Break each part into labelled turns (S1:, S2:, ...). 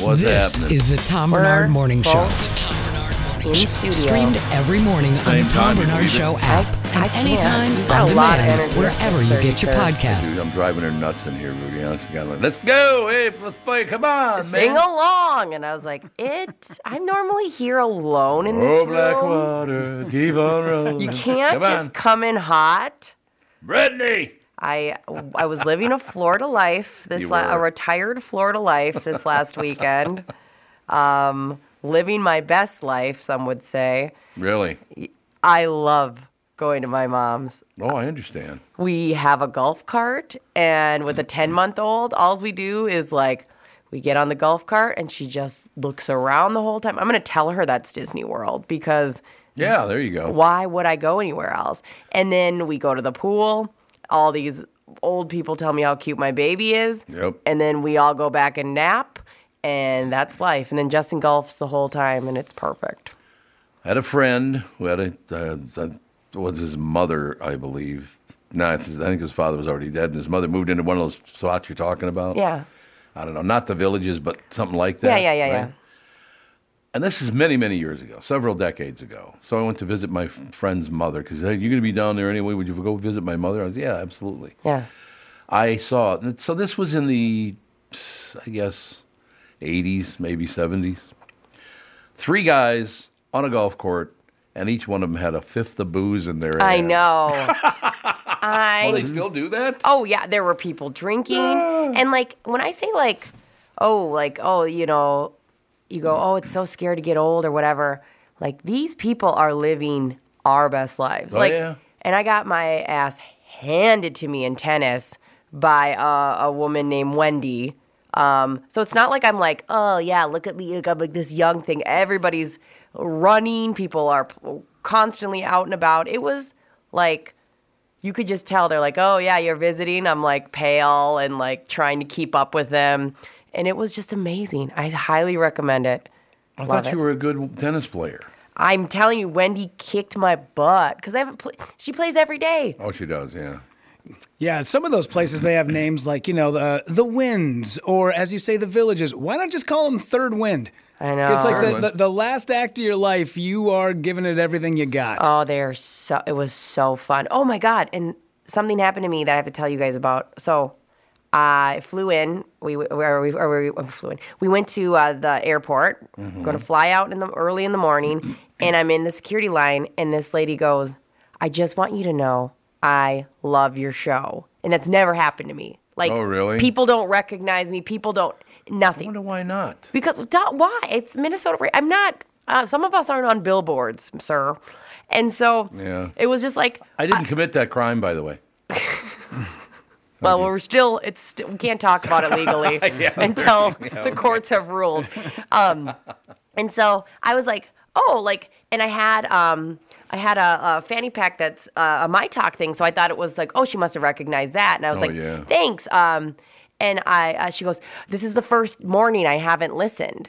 S1: What's
S2: this
S1: happening?
S2: is the Tom
S3: We're
S2: Bernard Morning Show.
S3: both
S2: The Tom Bernard Morning
S3: in
S2: Show.
S3: studio.
S2: Streamed every morning on
S1: Same
S2: the Tom
S1: time, you
S2: Bernard
S1: believe it?
S2: Show app
S3: I
S2: and
S3: can't.
S2: anytime
S3: You've got
S2: on
S3: a lot of
S2: demand,
S3: energy at
S2: wherever you get your
S3: 6:30,
S1: Dude,
S2: podcasts.
S1: I'm driving her nuts in here, Rudy. Honest to God, like, let's go. Hey, let's play. Come on,
S3: Sing
S1: man.
S3: along, and I was like, "It." I'm normally here alone in this
S1: Oh,
S3: room.
S1: Blackwater, keep on rolling.
S3: You can't
S1: come on.
S3: just come in hot.
S1: Brittany.
S3: I I was living a Florida life this
S1: You
S3: la- a
S1: were.
S3: retired Florida life this last weekend. Um, living my best life, some would say.
S1: Really?
S3: I love going to my mom's.
S1: Oh, I understand.
S3: We have a golf cart, and with a 10 month old, all we do is like, we get on the golf cart, and she just looks around the whole time. I'm going to tell her that's Disney World because
S1: Yeah, there you go.
S3: why would I go anywhere else? And then we go to the pool. All these old people tell me how cute my baby is.
S1: Yep.
S3: And then we all go back and nap, and that's life. And then Justin golfs the whole time, and it's perfect.
S1: I had a friend who had a, uh, that was his mother, I believe. No, it's his- I think his father was already dead, and his mother moved into one of those spots you're talking about.
S3: Yeah.
S1: I don't know, not the villages, but something like
S3: Yeah,
S1: that.
S3: yeah, yeah,
S1: right? And this is many, many years ago, several decades ago. So I went to visit my f- friend's mother because hey, you're going to be down there anyway. Would you go visit my mother? I was, yeah, absolutely.
S3: yeah. Yeah.
S1: I saw. So this was in the, I guess, 80s, maybe 70s. Three guys on a golf court, and each one of them had a fifth of booze in their.
S3: I
S1: hand.
S3: know.
S1: Oh,
S3: I
S1: they still do that.
S3: Oh yeah, there were people drinking, and like when I say like, oh, like oh, you know, you go, oh, it's so scared to get old or whatever. Like these people are living our best lives.
S1: Oh,
S3: like,
S1: yeah.
S3: and I got my ass handed to me in tennis by uh, a woman named Wendy. Um, so it's not like I'm like, oh yeah, look at me, like, I'm like this young thing. Everybody's running, people are p- constantly out and about. It was like you could just tell they're like, oh yeah, you're visiting. I'm like pale and like trying to keep up with them. And it was just amazing. I highly recommend it.
S1: I
S3: love
S1: thought you
S3: it.
S1: were a good tennis player.
S3: I'm telling you, Wendy kicked my butt because I haven't played. She plays every day.
S1: Oh, she does. Yeah.
S4: Yeah, some of those places they have names like you know the the winds or as you say the villages. Why not just call them Third Wind?
S3: I
S4: It's
S3: know.
S4: like
S1: Third
S4: the,
S1: Wind.
S4: the, the last act of your life. You are giving it everything you got.
S3: Oh, they are so. It was so fun. Oh my god! And something happened to me that I have to tell you guys about. So, I flew in. We where we or we, we flew in. We went to uh, the airport.
S1: Mm-hmm.
S3: Going to fly out in the early in the morning, and I'm in the security line, and this lady goes, "I just want you to know I love your show," and that's never happened to me. Like,
S1: Oh, really?
S3: People don't recognize me. People don't
S1: I
S3: nothing.
S1: wonder why not.
S3: Because duh, why? It's Minnesota. ra- I'm not. Uh, some of us aren't on billboards, sir. And so
S1: Yeah.
S3: it was just like,
S1: I didn't commit that crime, by the way.
S3: well, we're still. It's st- we can't talk about it legally until the courts have ruled. Um, and so I was like, oh, like, and I had um, I had a, a fanny pack that's uh, a my talk thing. So I thought it was like, oh, she must have recognized that. And I was
S1: Oh,
S3: like,
S1: yeah.
S3: thanks. Um, and I, uh, she goes, this is the first morning I haven't listened.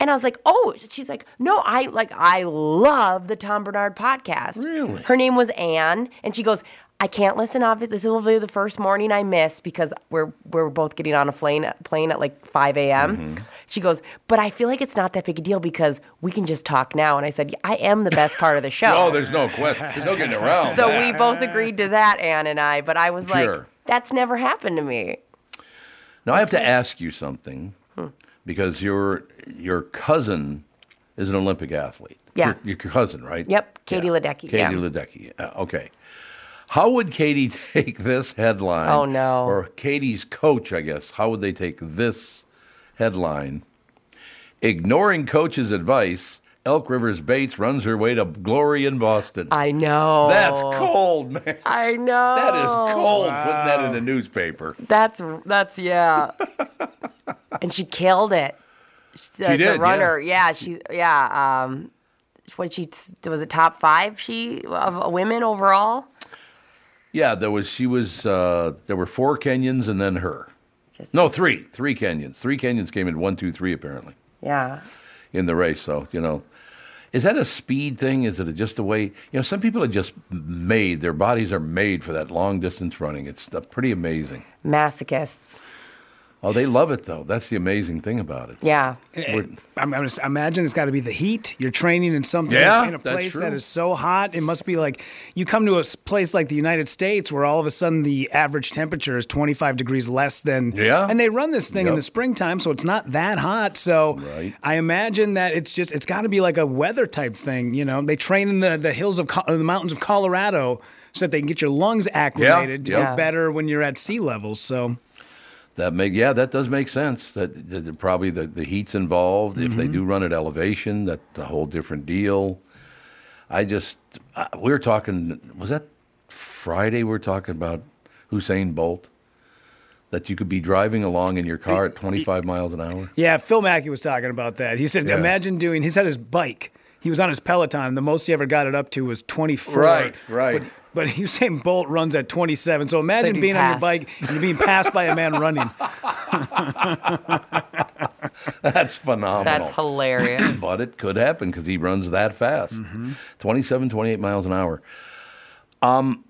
S3: And I was like, oh, she's like, no, I like, I love the Tom Bernard podcast.
S1: Really?
S3: Her name was Anne, and she goes, I can't listen. Obviously, this will be the first morning I miss because we're we're both getting on a plane plane at like 5 a.m.
S1: Mm-hmm.
S3: She goes, but I feel like it's not that big a deal because we can just talk now. And I said, yeah, I am the best part of the show.
S1: Oh, there's no question. There's no getting around.
S3: so
S1: that.
S3: we both agreed to that, Anne and I. But I was like,
S1: Sure.
S3: that's never happened to me.
S1: Now I have to ask you something because your your cousin is an Olympic athlete.
S3: Yeah.
S1: Your, your cousin, right?
S3: Yep, Katie Ledecky,
S1: Katie
S3: yeah.
S1: Ledecky. Uh, okay. How would Katie take this headline?
S3: Oh, no.
S1: Or Katie's coach, I guess. How would they take this headline? Ignoring coach's advice, Elk Rivers Bates runs her way to glory in Boston.
S3: I know.
S1: That's cold, man.
S3: I know.
S1: That is
S3: Oh.
S1: cold putting that in a newspaper.
S3: That's that's yeah. and she killed it. She's uh,
S1: did,
S3: the
S1: yeah.
S3: runner. Yeah. she yeah. Um, what did she t- was it top five? She of women overall.
S1: Yeah, there was. She was. Uh, there were four Kenyans and then her.
S3: Just
S1: No, three. Three Kenyans. Three Kenyans came in one, two, three. Apparently
S3: Yeah.
S1: in the race. So you know, is that a speed thing? Is it just the way? You know, some people are just made. Their bodies are made for that long distance running. It's uh, pretty amazing.
S3: Masochists.
S1: Oh, they love it though. That's the amazing thing about it.
S3: Yeah.
S1: We're-
S4: I'm, I'm just, imagine it's got to be the heat. You're training in something
S1: Yeah,
S4: in a
S1: that's
S4: place that
S1: true.
S4: is so hot. It must be like you come to a s- place like the United States where all of a sudden the average temperature is 25 degrees less than.
S1: Yeah.
S4: And they run this thing in
S1: Yep.
S4: the springtime, so it's not that hot. So
S1: Right.
S4: I imagine that it's just it's got to be like a weather type thing. You know, they train in the the hills of Co- the mountains of Colorado so that they can get your lungs acclimated to
S1: yeah.
S4: be better when you're at sea levels. So.
S1: That make yeah, that does make sense. That, that that probably the, the heat's involved. If they do run at elevation, that's a whole different deal. I just I, we were talking. Was that Friday? We were talking about Hussein Bolt. That you could be driving along in your car at 25 miles an hour.
S4: Yeah, Phil Mackey was talking about that. He said,
S1: Yeah.
S4: imagine doing, he's had his bike. He was on his Peloton. The most he ever got it up to was 24.
S1: right.
S4: But Usain Bolt runs at 27. So imagine
S3: be
S4: being on your
S3: passed.
S4: bike and you're being passed by a man running.
S1: That's phenomenal.
S3: That's hilarious.
S1: but it could happen because he runs that fast twenty-seven, twenty-eight 27 28 miles an hour um,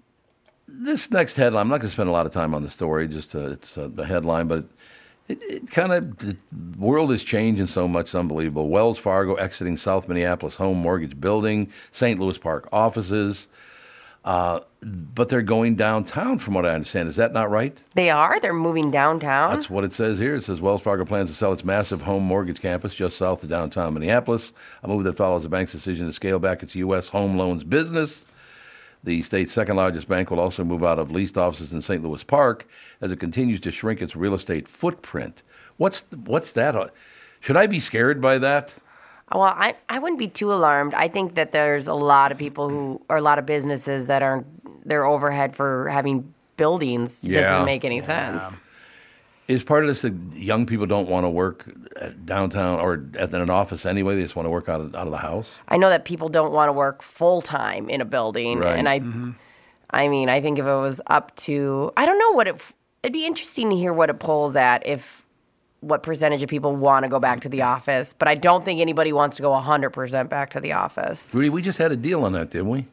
S1: this next headline i'm not going to spend a lot of time on the story just uh it's a, a headline but it, it, it kind of the world is changing so much it's unbelievable wells fargo exiting south minneapolis home mortgage building st louis park offices uh, but they're going downtown from what i understand is that not right
S3: they are. They're moving downtown.
S1: that's what it says here. It says Wells Fargo plans to sell its massive home mortgage campus just south of downtown Minneapolis, a move that follows the bank's decision to scale back its U.S. home loans business. The state's second largest bank will also move out of leased offices in St. Louis Park as it continues to shrink its real estate footprint. What's what's that? Should I be scared by that?
S3: Well, I, I wouldn't be too alarmed. I think that there's a lot of people who, or a lot of businesses that are, their overhead for having buildings
S1: Yeah.
S3: doesn't make any sense.
S1: Is part of this that young people don't want to work at downtown or at an office anyway? They just want to work out of, out of the house.
S3: I know that people don't want to work full time in a building,
S1: Right.
S3: and I, I mean, I think if it was up to, I don't know what it. It'd be interesting to hear what it polls at if what percentage of people want to go back to the office, but I don't think anybody wants to go 100% back to the office.
S1: Rudy, we just had a deal on that, didn't we?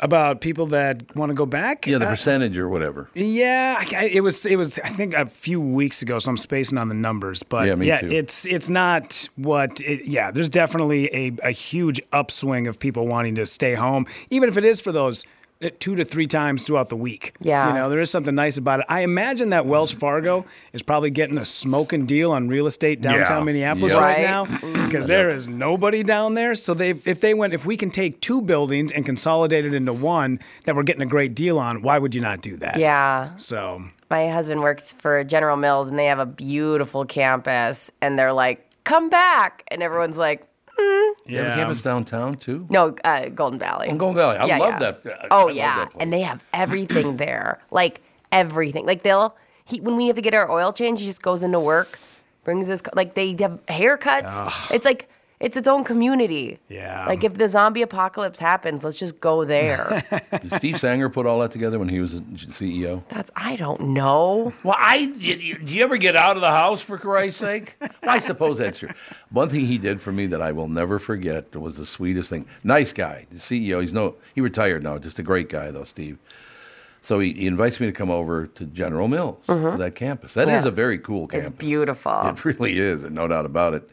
S4: About people that want to go back?
S1: Yeah, the
S4: Uh,
S1: percentage or whatever.
S4: Yeah, I- I- it was it was I think a few weeks ago, so I'm spacing on the numbers, but
S1: Yeah, me too.
S4: it's it's not what it, yeah. There's definitely a, a huge upswing of people wanting to stay home, even if it is for those uh, two to three times throughout the week.
S3: Yeah.
S4: you know there is something nice about it. I imagine that Wells Fargo is probably getting a smoking deal on real estate downtown
S1: Yeah.
S4: Minneapolis
S1: Yep.
S4: right,
S3: Right. Mm.
S4: now because there is nobody down there. So they if they went if we can take two buildings and consolidate it into one that we're getting a great deal on, why would you not do that?
S3: Yeah.
S4: So
S3: My husband works for General Mills and they have a beautiful campus, and they're like, come back. And everyone's like,
S1: Yeah. um, They have a campus downtown too.
S3: no, uh, Golden Valley.
S1: I'm going Oh, Valley. I
S3: Yeah,
S1: love
S3: yeah.
S1: that. uh, I- I
S3: oh
S1: love
S3: yeah,
S1: that place.
S3: and they have everything there, like everything. Like they'll he, when we have to get our oil change, he just goes into work, brings his like they have haircuts. It's like it's its own community.
S4: Yeah.
S3: Like if the zombie apocalypse happens, let's just go there.
S1: Did Steve Sanger put all that together when he was E a CEO.
S3: That's I don't know.
S1: Well, I do you ever get out of the house for Christ's sake? I suppose that's true. One thing he did for me that I will never forget was the sweetest thing. Nice guy, the CEO. He's no, he retired now. Just a great guy though, Steve. So he, he invites me to come over to General Mills to that campus. That is
S3: Mm-hmm. Yeah.
S1: a very cool campus.
S3: It's beautiful.
S1: It really is, and no doubt about it.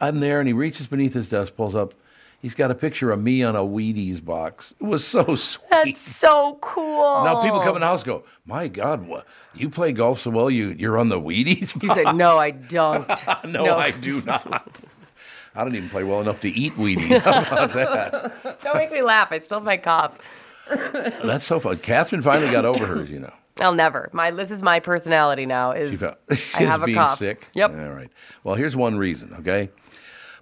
S1: I'm there, and he reaches beneath his desk, pulls up. He's got a picture of me on a Wheaties box. It was so sweet.
S3: That's so cool.
S1: now people come in the house go, my God, what, you play golf so well, you, you're on the Wheaties
S3: You said no, I don't.
S1: box?" no, I do not. I don't even play well enough to eat Wheaties. How about that?
S3: don't make me laugh. I spilled my cup.
S1: That's so fun. Catherine finally got over hers, you know.
S3: I'll never. My this is my personality now. Is I
S1: is
S3: have a
S1: being
S3: cough.
S1: sick.
S3: Yep.
S1: All right. Well, here's one reason, okay?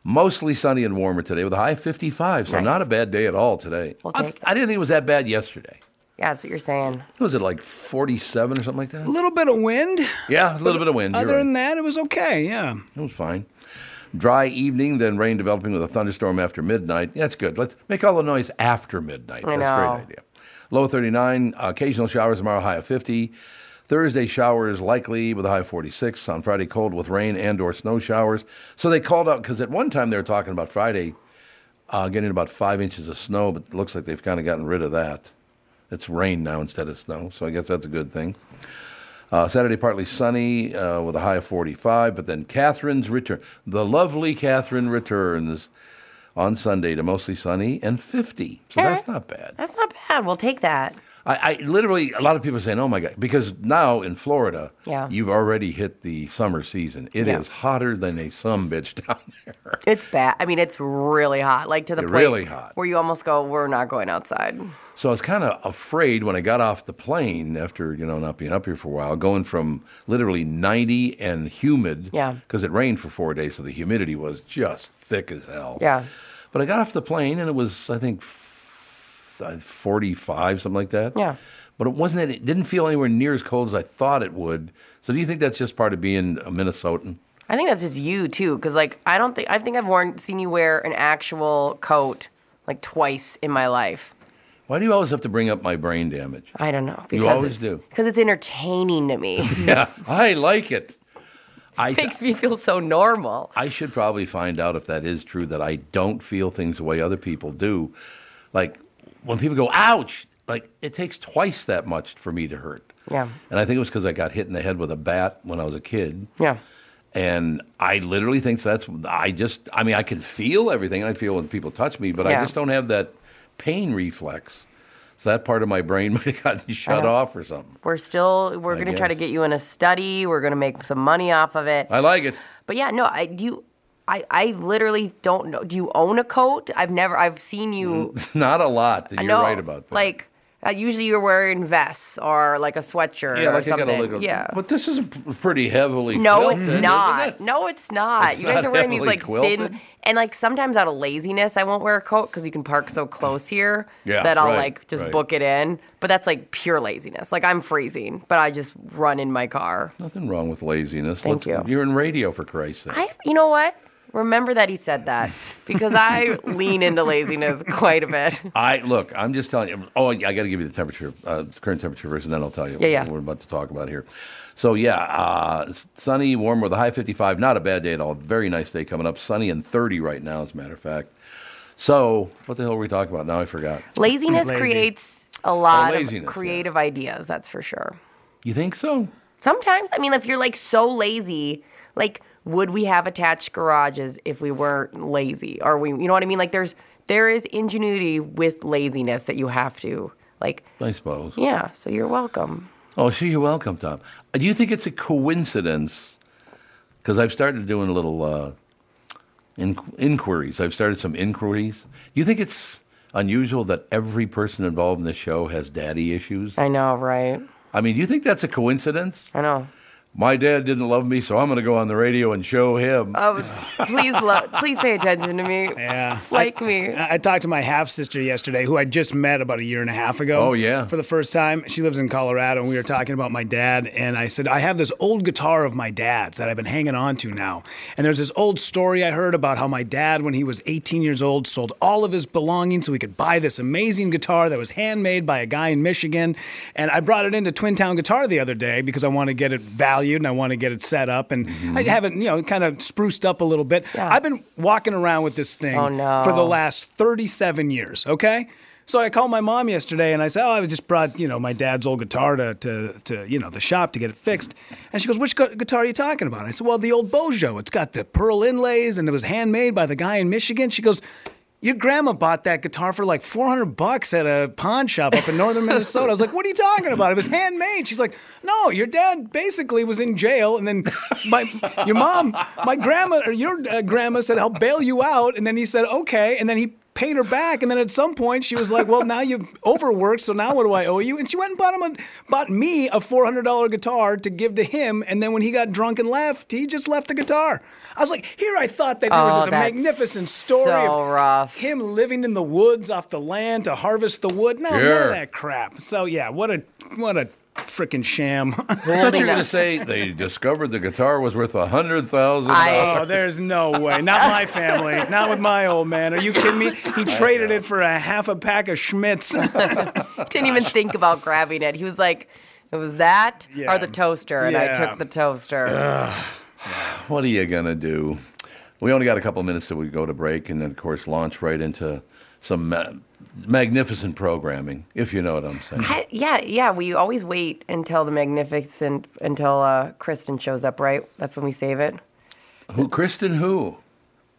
S1: Mostly sunny and warmer today with a high of 55, so
S3: Nice.
S1: not a bad day at all today.
S3: We'll
S1: I,
S3: take that.
S1: I didn't think it was that bad yesterday.
S3: Yeah, that's what you're saying.
S1: What was it like 47 or something like that?
S4: A little bit of wind.
S1: Yeah, a little bit of wind.
S4: Other
S1: You're right.
S4: than that, it was okay. Yeah.
S1: It was fine. Dry evening, then rain developing with a thunderstorm after midnight. That's good. Let's make all the noise after midnight.
S3: I
S1: That's a
S3: know.
S1: great idea. Low 39, occasional showers tomorrow, high of 50. Thursday showers likely with a high of 46. On Friday, cold with rain and or snow showers. So they called out because at one time they were talking about Friday uh, getting about five inches of snow, but it looks like they've kind of gotten rid of that. It's rain now instead of snow, so I guess that's a good thing. Uh, Saturday, partly sunny uh, with a high of 45, but then Catherine's return. The lovely Catherine returns on Sunday to mostly sunny and 50. So
S3: All
S1: that's
S3: right.
S1: not bad.
S3: That's not bad. We'll take that.
S1: I, I literally, a lot of people saying, "Oh my god," because now in Florida,
S3: Yeah.
S1: you've already hit the summer season. It is
S3: Yeah.
S1: hotter than a sun bitch down there.
S3: It's bad. I mean, it's really hot, like to the
S1: It's
S3: point
S1: really hot.
S3: where you almost go, "We're not going outside."
S1: So I was kind of afraid when I got off the plane after you know not being up here for a while, going from literally 90 and humid,
S3: Yeah.
S1: because it rained for four days, so the humidity was just thick as hell,
S3: Yeah.
S1: But I got off the plane and it was I think f- uh, 45 something like that,
S3: Yeah.
S1: But it wasn't. It didn't feel anywhere near as cold as I thought it would. So do you think that's just part of being a Minnesotan?
S3: I think that's just you too, because like I don't think I think I've worn seen you wear an actual coat like twice in my life.
S1: Why do you always have to bring up my brain damage?
S3: I don't know. Because
S1: always
S3: it's,
S1: do.
S3: Because it's entertaining to me. it
S1: Yeah, I like it. I
S3: makes me feel so normal.
S1: I should probably find out if that is true that I don't feel things the way other people do. Like when people go, ouch, like it takes twice that much for me to hurt.
S3: Yeah.
S1: And I think it was because I got hit in the head with a bat when I was a kid.
S3: Yeah.
S1: And I literally think that's, I just, I mean, I can feel everything. I feel when people touch me, but I
S3: Yeah.
S1: just don't have that pain reflex. So that part of my brain might have gotten shut
S3: know.
S1: off or something.
S3: We're still we're
S1: I
S3: gonna try to
S1: guess.
S3: get you in a study. We're gonna make some money off of it.
S1: I like it.
S3: But yeah, no, I do. You, I I literally don't know. Do you own a coat? I've never. I've seen you.
S1: Not a lot. Mm-hmm. You're
S3: I know,
S1: right about that.
S3: Like uh, usually you're wearing vests or like a sweatshirt
S1: Yeah,
S3: or
S1: like you
S3: something.
S1: gotta look.
S3: yeah.
S1: But this is p- pretty heavily.
S3: No,
S1: quilted,
S3: it's
S1: isn't
S3: not.
S1: it?
S3: No, it's not.
S1: It's
S3: you guys
S1: not
S3: are wearing these
S1: heavily
S3: like
S1: quilted?
S3: thin and like sometimes out of laziness, I won't wear a coat because you can park so close here
S1: Yeah,
S3: that I'll
S1: right,
S3: like just
S1: right.
S3: book it in. But that's like pure laziness. Like I'm freezing, but I just run in my car.
S1: Nothing wrong with laziness.
S3: Thank you.
S1: You're in radio for Christ's sake.
S3: I, you know what? Remember that he said that because I lean into laziness quite a bit.
S1: I look. I'm just telling you. Oh, yeah, I got to give you the temperature, uh, current temperature first, and then I'll tell you
S3: Yeah, yeah.
S1: what we're about to talk about here. So yeah, uh, sunny, warm with a high 55. Not a bad day at all. Very nice day coming up. Sunny and 30 right now, as a matter of fact. So what the hell were we talking about? Now I forgot.
S3: Laziness
S4: Lazy.
S3: creates a lot
S1: laziness, yeah.
S3: of creative ideas, that's for sure.
S1: You think so?
S3: Sometimes, I mean, if you're like so lazy, like would we have attached garages if we weren't lazy? Or we, you know what I mean? Like there's there is ingenuity with laziness that you have to like.
S1: I suppose.
S3: Yeah, so you're welcome.
S1: Oh, sure, you're welcome, Tom. Uh, Do you think it's a coincidence? Because I've started doing a little uh, in- inquiries. I've started some inquiries. Do you think it's unusual that every person involved in this show has daddy issues?
S3: I know, right?
S1: I mean, do you think that's a coincidence?
S3: I know.
S1: My dad didn't love me, so I'm going to go on the radio and show him.
S3: Oh, please love, please pay attention to me.
S4: Yeah.
S3: Like me.
S4: I I talked to my half sister yesterday, who I just met about a year and a half ago.
S1: Oh, yeah.
S4: for the first time. She lives in Colorado, and we were talking about my dad. And I said I have this old guitar of my dad's that I've been hanging on to now. And there's this old story I heard about how my dad, when he was 18 years old, sold all of his belongings so he could buy this amazing guitar that was handmade by a guy in Michigan. And I brought it into Twin Town Guitar the other day because I want to get it valued and I want to get it set up and I
S1: Mm-hmm.
S4: have it, you know, kind of spruced up a little bit.
S3: Yeah.
S4: I've been walking around with this thing
S3: Oh, no.
S4: for the last 37 years, okay? So I called my mom yesterday and I said, Oh, I just brought, you know, my dad's old guitar to, to, to you know, the shop to get it fixed. And she goes, Which gu- guitar are you talking about? I said, Well, the old Bojo. It's got the pearl inlays and it was handmade by the guy in Michigan. She goes, your grandma bought that guitar for like 400 bucks at a pawn shop up in northern Minnesota. I was like, what are you talking about? It was handmade. She's like, no, your dad basically was in jail. And then my, your mom, my grandma, or your uh, grandma said, I'll bail you out. And then he said, okay. And then he paid her back. And then at some point she was like, well, now you've overworked. So now what do I owe you? And she went and bought, him a, bought me a $400 guitar to give to him. And then when he got drunk and left, he just left the guitar. I was like, here I thought that there was
S3: Oh,
S4: this
S3: that's
S4: magnificent story
S3: so
S4: of
S3: rough.
S4: him living in the woods off the land to harvest the wood. No, none
S1: Sure.
S4: of that crap. So yeah, what a what a freaking sham.
S1: I thought you were
S3: Holding
S1: going
S3: up.
S1: to say they discovered the guitar was worth a hundred thousand.
S3: I-
S4: oh, there's no way. Not my family. Not with my old man. Are you kidding me? He traded it for a half a pack of Schmitz.
S3: didn't even think about grabbing it. He was like, it was that
S4: Yeah.
S3: or the toaster, and I
S4: Yeah.
S3: took the toaster.
S1: What are you going to do? We only got a couple minutes till we go to break, and then, of course, launch right into some ma- magnificent programming, if you know what I'm saying.
S3: I, yeah, yeah. We always wait until the magnificent until uh, Kristen shows up, right? That's when we save it.
S1: who, Kristen? Who?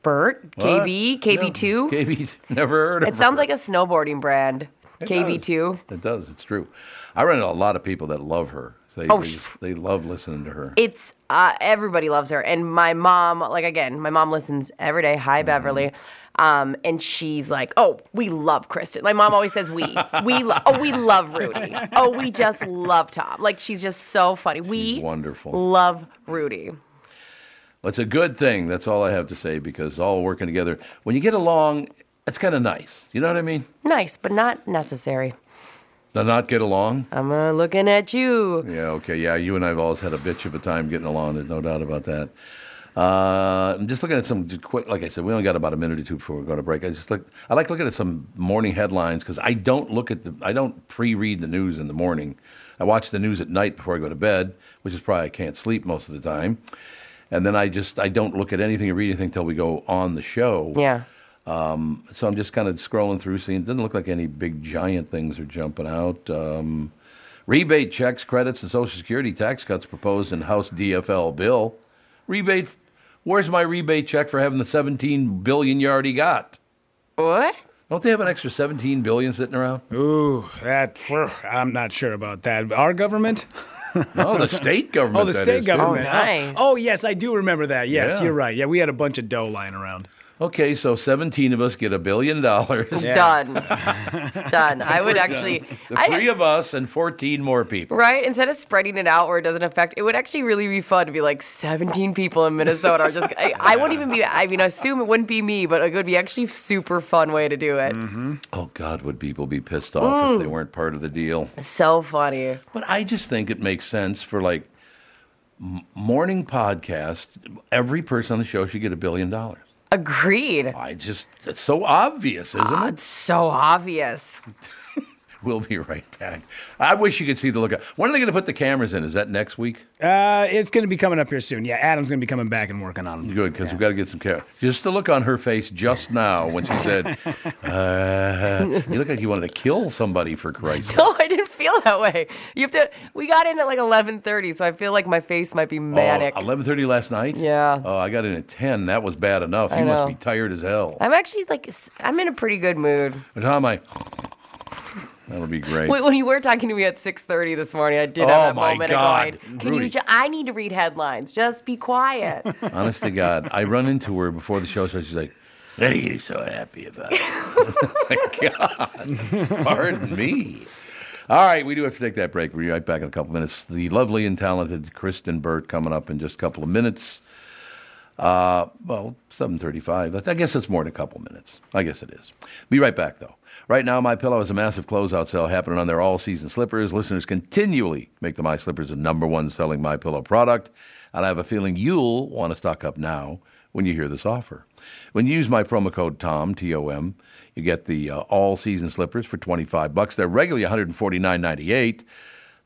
S3: Bert,
S1: What?
S3: KB,
S1: No,
S3: KB2.
S1: KB, never heard of.
S3: It sounds
S1: her.
S3: like a snowboarding brand.
S1: It
S3: KB2.
S1: does. It does. It's true. I run into a lot of people that love her. They,
S3: Oh,
S1: they,
S3: pff.
S1: they love listening to her.
S3: It's uh, everybody loves her, and my mom, like again, my mom listens every day. Hi, Beverly. Um, and she's like, "Oh, we love Kristen." My mom always says, "We, we, lo- oh, we love Rudy. Oh, we just love Tom." Like she's just so funny. We
S1: wonderful.
S3: Love Rudy.
S1: Well, It's a good thing. That's all I have to say because all working together, when you get along, it's kind of nice. You know what I mean?
S3: Nice, but not necessary.
S1: To not get along.
S3: I'm uh, looking at you.
S1: Yeah, okay. Yeah, you and I have always had a bitch of a time getting along. There's no doubt about that. Uh, I'm just looking at some just quick, like I said, we only got about a minute or two before we go to break. I just look, I like looking at some morning headlines because I don't look at the, I don't pre read the news in the morning. I watch the news at night before I go to bed, which is probably I can't sleep most of the time. And then I just, I don't look at anything or read anything until we go on the show.
S3: Yeah.
S1: So I'm just kind of scrolling through, seeing. It doesn't look like any big giant things are jumping out. Um, rebate checks, credits, and Social Security tax cuts proposed in House DFL bill. Rebate. Where's my rebate check for having the 17 billion you already got?
S3: What?
S1: Don't they have an extra 17 billion sitting around?
S4: Ooh, that I'm not sure about that. Our government?
S1: No, the state government.
S4: Oh, the
S1: that
S4: state
S1: is, too.
S4: government.
S3: Oh, nice.
S4: oh, yes, I do remember that. Yes,
S1: Yeah.
S4: you're right. Yeah, we had a bunch of dough lying around.
S1: Okay, so 17 of us get a billion dollars.
S3: Done. Done. I would actually.
S1: The
S3: I-
S1: three of us and 14 more people.
S3: Right? Instead of spreading it out where it doesn't affect, it would actually really be fun to be like 17 people in Minnesota are just, I, I won't even be, I mean, I assume it wouldn't be me, but it would be actually super fun way to do it.
S1: Oh, God, would people be pissed off if they weren't part of the deal?
S3: So funny.
S1: But I just think it makes sense for like m- morning podcasts. Every person on the show should get a billion dollars.
S3: Agreed.
S1: I just, it's so obvious, isn't it?
S3: It's so obvious.
S1: We'll be right back. I wish you could see the look. When are they going to put the cameras in? Is that next week?
S4: Uh, it's going to be coming up here soon. Yeah, Adam's going to be coming back and working on them.
S1: Good, because we've got to get some cameras. Just the look on her face just now when she said, uh, You look like you wanted to kill somebody for Christ's sake.
S3: No, Oh, I didn't feel that way. You have to, we got in at like 11.30, so I feel like my face might be manic.
S1: Oh, 11.30 last night?
S3: Yeah.
S1: Oh, I got in at 10. That was bad enough.
S3: I
S1: you must
S3: know.
S1: be tired as hell.
S3: I'm actually like, s- I'm in a pretty good mood.
S1: But how am I? That'll be great.
S3: Wait, when you were talking to me at 6:30 this morning, I did
S1: Oh
S3: have that
S1: my
S3: moment
S1: God,
S3: of going, "Can
S1: Rudy.
S3: you? Ju- I need to read headlines. Just be quiet."
S1: Honest to God, I run into her before the show starts. She's like, "What are you so happy about?" Thank God, pardon me. All right, we do have to take that break. We'll be right back in a couple minutes. The lovely and talented Kristen Burt coming up in just a couple of minutes. Uh, well, 7:35. I guess it's more than a couple minutes. I guess it is. Be right back though. Right now, my pillow is a massive closeout sale happening on their all-season slippers. Listeners continually make the My Slippers the number one selling my pillow product, and I have a feeling you'll want to stock up now when you hear this offer. When you use my promo code TOM T O M, you get the uh, all-season slippers for 25 bucks. They're regularly 149.98.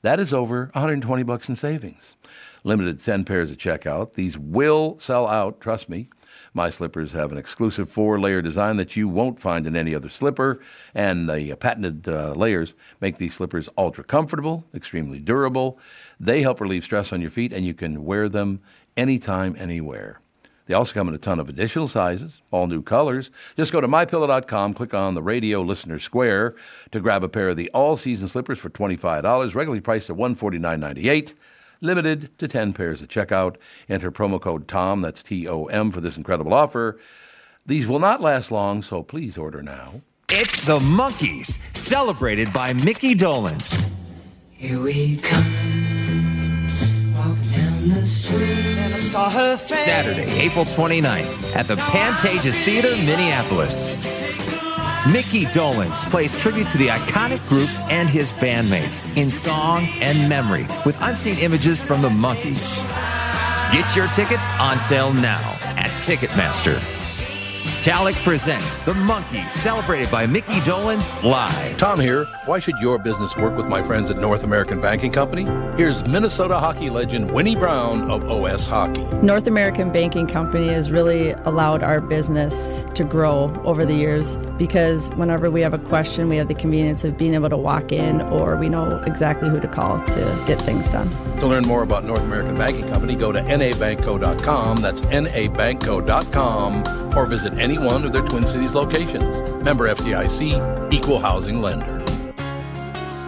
S1: That is over 120 bucks in savings. Limited 10 pairs at checkout. These will sell out, trust me. My slippers have an exclusive four layer design that you won't find in any other slipper, and the patented uh, layers make these slippers ultra comfortable, extremely durable. They help relieve stress on your feet, and you can wear them anytime, anywhere. They also come in a ton of additional sizes, all new colors. Just go to mypillow.com, click on the radio listener square to grab a pair of the all-season slippers for $25, regularly priced at $149.98, limited to 10 pairs at checkout. Enter promo code TOM, that's T O M for this incredible offer. These will not last long, so please order now.
S5: It's the Monkeys, celebrated by Mickey Dolans.
S6: Here we come, walking down the street.
S5: Saturday, April 29th at the Pantages Theater, Minneapolis. Mickey Dolans plays tribute to the iconic group and his bandmates in song and memory with unseen images from the Monkees. Get your tickets on sale now at Ticketmaster. Talik presents The Monkees, celebrated by Mickey Dolans live.
S1: Tom here. Why should your business work with my friends at North American Banking Company? Here's Minnesota hockey legend Winnie Brown of OS Hockey.
S7: North American Banking Company has really allowed our business to grow over the years because whenever we have a question, we have the convenience of being able to walk in or we know exactly who to call to get things done.
S1: To learn more about North American Banking Company, go to nabankco.com. That's nabankco.com or visit any one of their Twin Cities locations. Member FDIC, equal housing lender.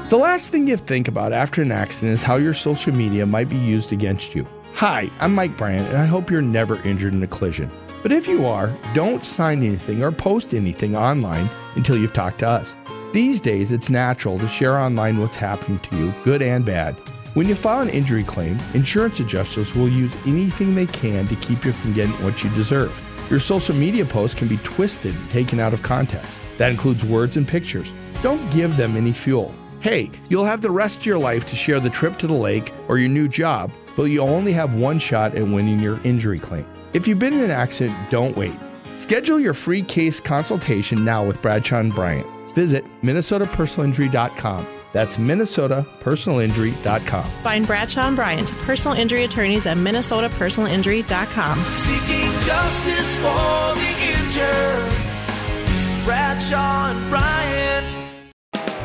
S8: The last thing you think about after an accident is how your social media might be used against you. Hi, I'm Mike Bryant, and I hope you're never injured in a collision. But if you are, don't sign anything or post anything online until you've talked to us. These days, it's natural to share online what's happening to you, good and bad. When you file an injury claim, insurance adjusters will use anything they can to keep you from getting what you deserve. Your social media posts can be twisted and taken out of context. That includes words and pictures. Don't give them any fuel. Hey, you'll have the rest of your life to share the trip to the lake or your new job, but you only have one shot at winning your injury claim. If you've been in an accident, don't wait. Schedule your free case consultation now with Bradshaw and Bryant. Visit minnesotapersonalinjury.com. That's minnesotapersonalinjury.com.
S9: Find Bradshaw and Bryant, personal injury attorneys at minnesotapersonalinjury.com.
S5: Seeking justice for the injured. Bradshaw and Bryant.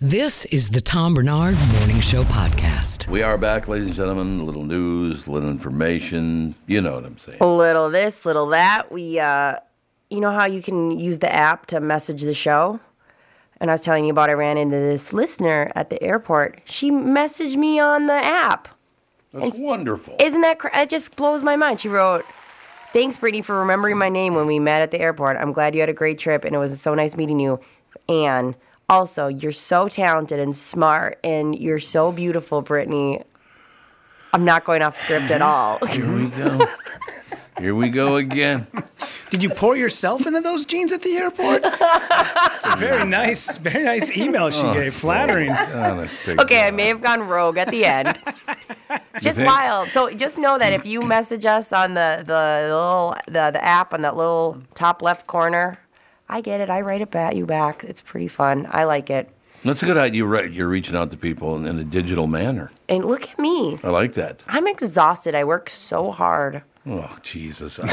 S10: This is the Tom Bernard Morning Show Podcast.
S1: We are back, ladies and gentlemen. A little news, a little information. You know what I'm saying.
S3: Little this, little that. We, uh, you know how you can use the app to message the show? And I was telling you about I ran into this listener at the airport. She messaged me on the app.
S1: That's wonderful.
S3: Isn't that cra- it just blows my mind. She wrote, "Thanks Brittany for remembering my name when we met at the airport. I'm glad you had a great trip and it was so nice meeting you. And also, you're so talented and smart and you're so beautiful, Brittany. I'm not going off script at all.
S1: Here we go. Here we go again.
S4: Did you pour yourself into those jeans at the airport? it's a very nice, very nice email
S1: Oh,
S4: she gave. Flattering.
S1: Honest to
S3: Okay, I
S1: God.
S3: may have gone rogue at the end. just
S1: think?
S3: wild. So just know that if you message us on the the little the, the app on that little top left corner, I get it. I write it back you back. It's pretty fun. I like it.
S1: That's a good idea. You're, right. You're reaching out to people in, in a digital manner.
S3: And look at me.
S1: I like that.
S3: I'm exhausted. I work so hard.
S1: Oh, Jesus. I-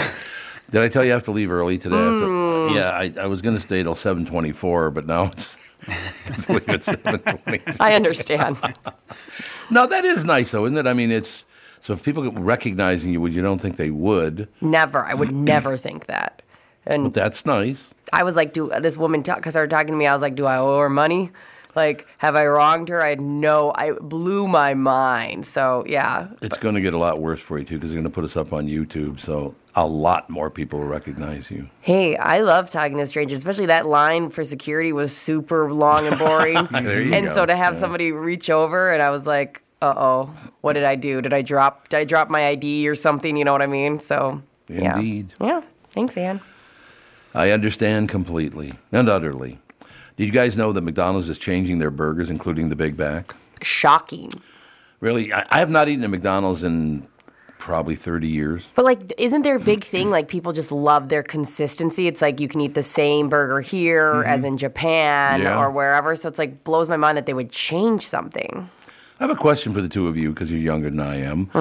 S1: did I tell you I have to leave early today? I have to- yeah, I, I was going to stay till 724, but now it's... I have to leave at 7:20.
S3: I understand.
S1: No, that is nice though, isn't it? I mean, it's so if people get recognizing you, which you don't think they would,
S3: never. I would never think that. And
S1: that's nice.
S3: I was like, do this woman because her talking to me, I was like, do I owe her money? Like, have I wronged her? I had no. I it blew my mind. So yeah,
S1: It's going to get a lot worse for you too, because they're going to put us up on YouTube, so a lot more people will recognize you.
S3: Hey, I love talking to strangers, especially that line for security was super long and boring.
S1: There you
S3: and
S1: go.
S3: so to have
S1: Yeah.
S3: somebody reach over and I was like, "Uh oh, what did I do? Did I drop? Did I drop my ID or something? You know what I mean?" So yeah.
S1: Indeed.
S3: yeah. Thanks, Anne.
S1: I understand completely and utterly. Did you guys know that McDonald's is changing their burgers, including the Big Mac?
S3: Shocking,
S1: Really, I, I have not eaten at McDonald's in probably 30 years.
S3: but like, isn't there a big thing like people just love their consistency? It's like you can eat the same burger here as in Japan
S1: Mm-hmm. Yeah.
S3: or wherever. So it's like blows my mind that they would change something.
S1: I have a question for the two of you because you're younger than I am.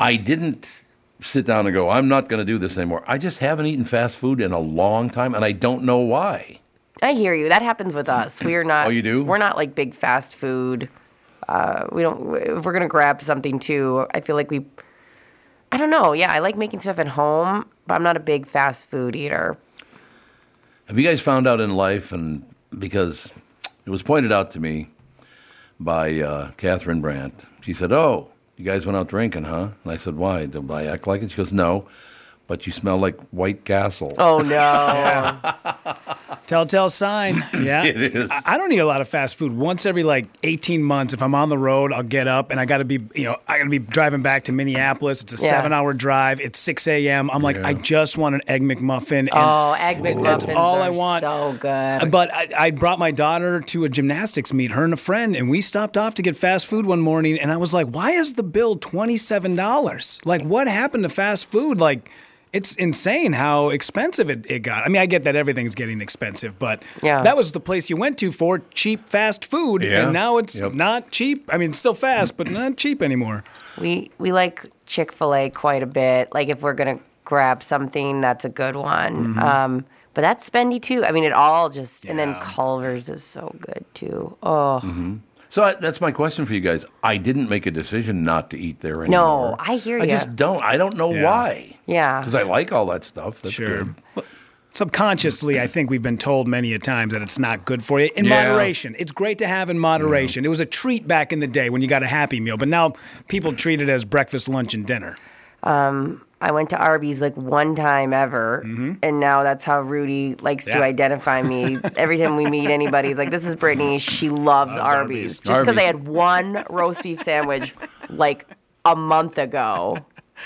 S1: I didn't sit down and go, I'm not going to do this anymore. I just haven't eaten fast food in a long time, and I don't know why.
S3: I hear you. That happens with us. We are not.
S1: Oh, you do?
S3: We're not like big fast food. Uh, we don't. If we're gonna grab something too, I feel like we. I don't know. Yeah, I like making stuff at home, but I'm not a big fast food eater.
S1: Have you guys found out in life, and because it was pointed out to me by uh, Catherine Brandt, she said, "Oh, you guys went out drinking, huh?" And I said, "Why? Don't I act like it?" She goes, "No, but you smell like White Castle."
S3: Oh no!
S4: Telltale sign. Yeah.
S1: It is.
S4: I, I don't eat a lot of fast food. Once every like 18 months, if I'm on the road, I'll get up and I got to be, you know, I got to be driving back to Minneapolis. It's a
S3: Yeah.
S4: seven hour drive. It's 6 a.m. I'm like,
S3: Yeah.
S4: I just want an Egg McMuffin. And
S3: Oh, egg McMuffins
S4: That's all
S3: are
S4: I want.
S3: so good.
S4: But I, I brought my daughter to a gymnastics meet, her and a friend, and we stopped off to get fast food one morning. And I was like, why is the bill $27? Like, what happened to fast food? Like, it's insane how expensive it, it got. I mean, I get that everything's getting expensive, but
S3: Yeah.
S4: that was the place you went to for cheap fast food.
S1: Yeah.
S4: And now it's not cheap. I mean, it's still fast, but not cheap anymore.
S3: We we like Chick Fil A quite a bit. Like if we're gonna grab something, that's a good
S4: Mm-hmm.
S3: one.
S8: Mhm.
S3: Um, but that's spendy too. I mean, it all just and then Culver's is so good too. Oh
S1: So I, that's my question for you guys. I didn't make a decision not to eat there anymore.
S3: no, I hear you.
S1: I just don't. I don't know
S4: Yeah.
S1: why.
S3: yeah.
S1: Because I like all that stuff. That's
S4: Sure.
S1: good.
S4: Subconsciously, I think we've been told many a times that it's not good for you. In
S1: Yeah.
S4: moderation, it's great to have in moderation. It was a treat back in the day when you got a Happy Meal, but now people treat it as breakfast, lunch, and dinner.
S3: Um, I went to Arby's like one time ever, and now that's how Rudy likes to
S4: Yeah.
S3: identify me. Every time we meet anybody, he's like, "This is Brittany. She loves, Arby's.
S4: Arby's.
S3: Just because I
S1: Arby's.
S3: had one roast beef sandwich like a month ago.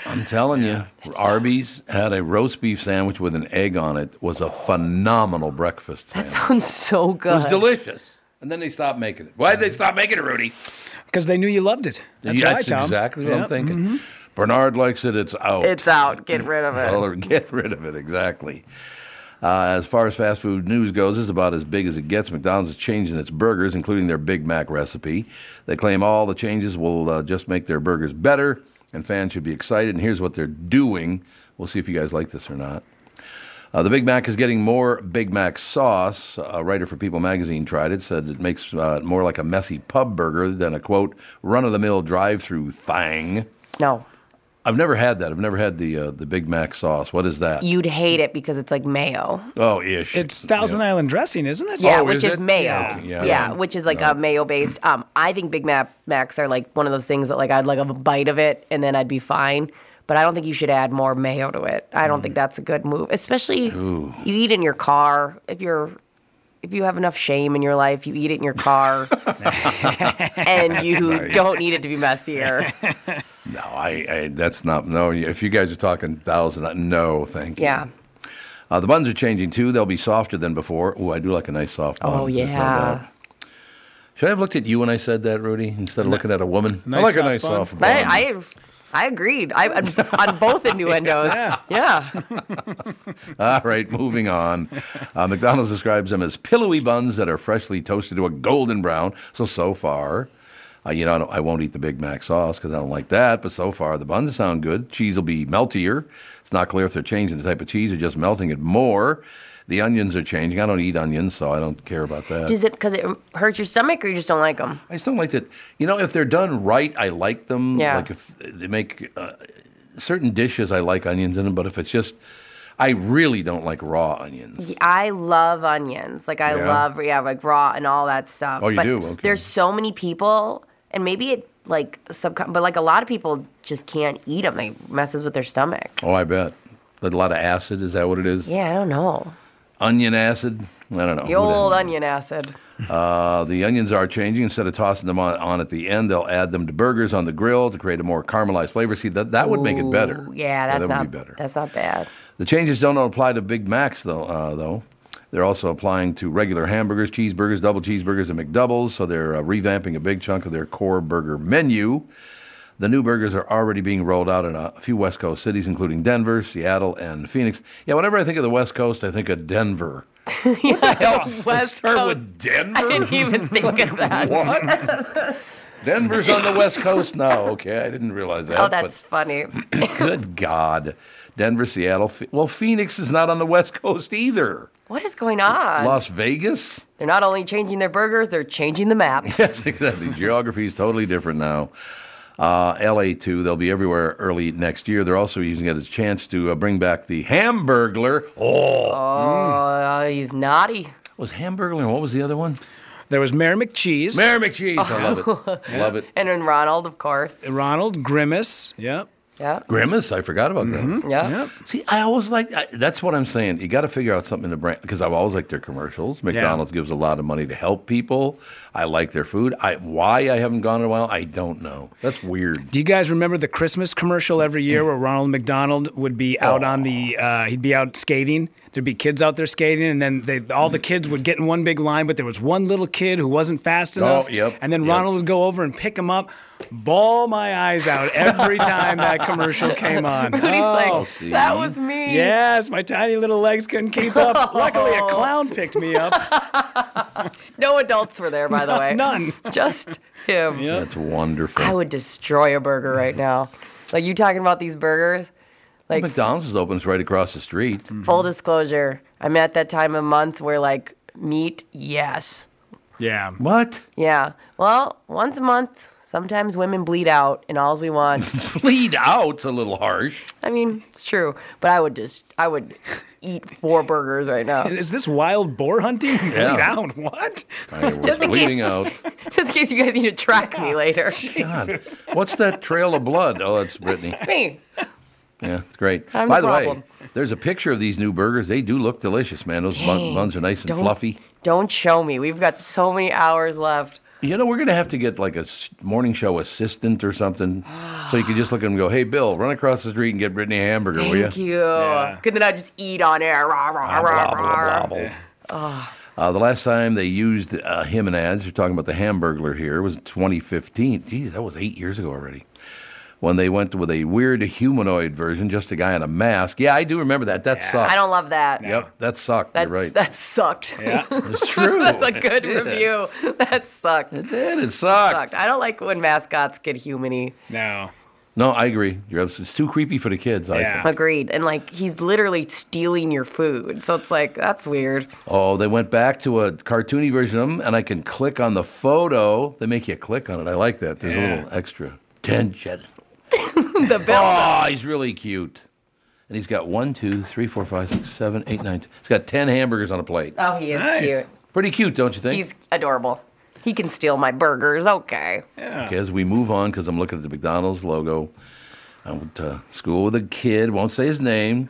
S1: I'm telling you, Arby's had a roast beef sandwich with an egg on it. Was a phenomenal breakfast. That
S3: sounds so good.
S1: It was delicious. And then they stopped making it. Why did they stop making it, Rudy?
S4: Because they knew you loved it. That's
S1: Yeah,
S4: why, Tom.
S1: exactly what
S4: Yeah.
S1: I'm thinking. Bernard likes it. It's out.
S3: It's out. Get rid of it.
S1: Well, get rid of it, exactly. Uh, as far as fast food news goes, it's about as big as it gets. McDonald's is changing its burgers, including their Big Mac recipe. They claim all the changes will uh, just make their burgers better, and fans should be excited. And here's what they're doing. We'll see if you guys like this or not. Uh, the Big Mac is getting more Big Mac sauce. A writer for People magazine tried it, said it makes uh, it more like a messy pub burger than a quote run of the mill drive through thing.
S3: No.
S1: I've never had that. I've never had the uh, the Big Mac sauce. What is that?
S3: You'd hate it because it's like mayo.
S1: oh, ish.
S4: It's Thousand Island dressing, isn't it?
S3: Yeah, which is, mayo. Yeah,
S1: Okay, Oh, yeah, no.
S3: which is like a mayo based. Um, I think Big Mac Macs are like one of those things that like I'd like a bite of it and then I'd be fine. But I don't think you should add more mayo to it. I don't think that's a good move, especially
S1: Mm. Ooh.
S3: you eat in your car if you're. If you have enough shame in your life, you eat it in your car, and you
S1: Right.
S3: don't need it to be messier.
S1: No, I, I that's not no. If you guys are talking thousand, I- no, thank you.
S3: Yeah,
S1: Uh, the buns are changing too. They'll be softer than before. Oh, I do like a nice soft bun.
S3: Oh,
S1: There's no
S3: yeah.
S1: doubt. Should I have looked at you when I said that, Rudy, instead of looking at a woman?
S4: Nice
S1: I like a
S4: soft
S1: nice
S4: bun.
S1: soft bun.
S3: I, I, I agreed. I on, on both innuendos. yeah.
S1: All right, moving on. Uh, McDonald's describes them as pillowy buns that are freshly toasted to a golden brown. So, so far, uh, you know, I, don't, I won't eat the Big Mac sauce because I don't like that. But so far, the buns sound good. Cheese will be meltier. It's not clear if they're changing the type of cheese or just melting it more. The onions are changing. I don't eat onions, so I don't care about that.
S3: Does it because it hurts your stomach, or you just don't like them?
S1: I just don't like that. You know, if they're done right, I like them.
S3: Yeah.
S1: Like if they make uh, certain dishes, I like onions in them. But if it's just, I really don't like raw onions.
S3: Y- I love onions. Like I
S1: Yeah?
S3: love yeah, like raw and all that stuff.
S1: Oh, you
S3: but
S1: do? Okay.
S3: There's so many people, and maybe it like subcon, but like a lot of people just can't eat them. They messes with their stomach.
S1: Oh, I bet. But a lot of acid, is that what it is?
S3: Yeah, I don't know.
S1: Onion acid? I don't know.
S3: the
S1: Oh, Who
S3: old onion acid.
S1: Uh, the onions are changing. Instead of tossing them on, on at the end, they'll add them to burgers on the grill to create a more caramelized flavor. See, that, that would make it better.
S3: Ooh, Yeah, that's
S1: that
S3: not
S1: would be better.
S3: That's not bad.
S1: The changes don't apply to Big Macs, though. Uh, though. They're also applying to regular hamburgers, cheeseburgers, double cheeseburgers, and McDoubles. So they're uh, revamping a big chunk of their core burger menu. The new burgers are already being rolled out in a few West Coast cities, including Denver, Seattle, and Phoenix. Yeah, whenever I think of the West Coast, I think of Denver.
S3: West
S1: start with
S3: Coast.
S1: Denver?
S3: I didn't even think of that.
S1: What? Denver's on the West Coast now. Okay, I didn't realize that.
S3: oh,
S1: but-
S3: that's funny.
S1: good God. Denver, Seattle. Ph- Well, Phoenix is not on the West Coast either.
S3: What is going on?
S1: Las Vegas?
S3: They're not only changing their burgers, they're changing the map.
S1: Yes, exactly. Geography is totally different now. Uh, LA, too. They'll be everywhere early next year. They're also using it as a chance to uh, bring back the Hamburglar. Oh,
S3: Oh, he's naughty.
S1: was Hamburglar and what was the other one?
S4: There was Mary McCheese.
S1: Mary McCheese. I love it. love it.
S3: And then Ronald, of course.
S4: Ronald Grimace. Yep.
S3: Yeah.
S1: Grimace. I forgot about Grimace.
S3: Yeah. Yep.
S1: See, I always like I, that's what I'm saying. You got to figure out something to bring because I've always liked their commercials. McDonald's gives a lot of money to help people. I like their food. I why I haven't gone in a while, I don't know. That's weird.
S4: Do you guys remember the Christmas commercial every year where Ronald McDonald would be out on the uh, he'd be out skating. There'd be kids out there skating, and then they all the kids would get in one big line, but there was one little kid who wasn't fast
S1: Oh,
S4: enough.
S1: yep,
S4: And then
S1: yep.
S4: Ronald would go over and pick him up. Ball my eyes out every time that commercial came on.
S3: Moody's like,
S4: Oh.
S3: that was me.
S4: Yes, my tiny little legs couldn't keep up. Luckily, a clown picked me up.
S3: No adults were there, by the way.
S4: None.
S3: Just him.
S1: That's wonderful.
S3: I would destroy a burger right now. Like you talking about these burgers? Like
S1: McDonald's is open. It's right across the street.
S3: full disclosure, I'm at that time of month where like meat, yes.
S4: Yeah.
S1: What?
S3: Yeah. Well, once a month, sometimes women bleed out and alls we want.
S1: Bleed out's a little harsh.
S3: I mean, it's true, but I would just I would eat four burgers right now.
S4: Is this wild boar hunting?
S1: Yeah.
S4: Bleed out. What?
S1: I was
S3: Just in case-
S1: bleeding out.
S3: Just in case you guys need to track me later.
S1: God. What's that trail of blood? Oh, that's Brittany.
S3: Me.
S1: Yeah, it's great.
S3: I'm
S1: By
S3: the
S1: the way,
S3: problem.
S1: there's a picture of these new burgers. They do look delicious, man. Those bun-
S3: Dang.
S1: buns are nice and
S3: Don't-
S1: fluffy.
S3: Don't show me. We've got so many hours left.
S1: You know, we're going to have to get like a s- morning show assistant or something. so you can just look at him and go, hey, Bill, run across the street and get Brittany a hamburger, will Ah,
S3: Thank
S1: you?
S3: you. Good that I just eat on air. Rah, rah, rah, rah.
S1: Uh, the last time they used uh, him in ads, you're talking about the Hamburglar here, was 2015. Geez, that was eight years ago already. When they went with a weird humanoid version, just a guy in a mask. Yeah, I do remember that. That sucked.
S3: I don't love that.
S1: Yep, that sucked.
S3: That's,
S1: you're right.
S3: That sucked.
S1: It's true.
S3: That's a good
S1: It did.
S3: review. That sucked.
S1: It did. It sucked.
S3: Sucked. I don't like when mascots get humany.
S4: No.
S1: No, I agree. You're absolutely. It's too creepy for the kids. I
S4: Yeah.
S1: think.
S3: Agreed. And like he's literally stealing your food. So it's like that's weird.
S1: Oh, they went back to a cartoony version of them, and I can click on the photo. They make you click on it. I like that. There's a
S4: Yeah.
S1: little extra tension.
S3: The bill.
S1: Oh, he's really cute. And he's got one, two, three, four, five, six, seven, eight, nine. ten. He's got ten hamburgers on a plate.
S3: Oh, he is
S4: Nice.
S3: cute.
S1: Pretty cute, don't you think?
S3: He's adorable. He can steal my burgers. Okay.
S1: Okay, as we move on, because I'm looking at the McDonald's logo, I went to school with a kid, won't say his name,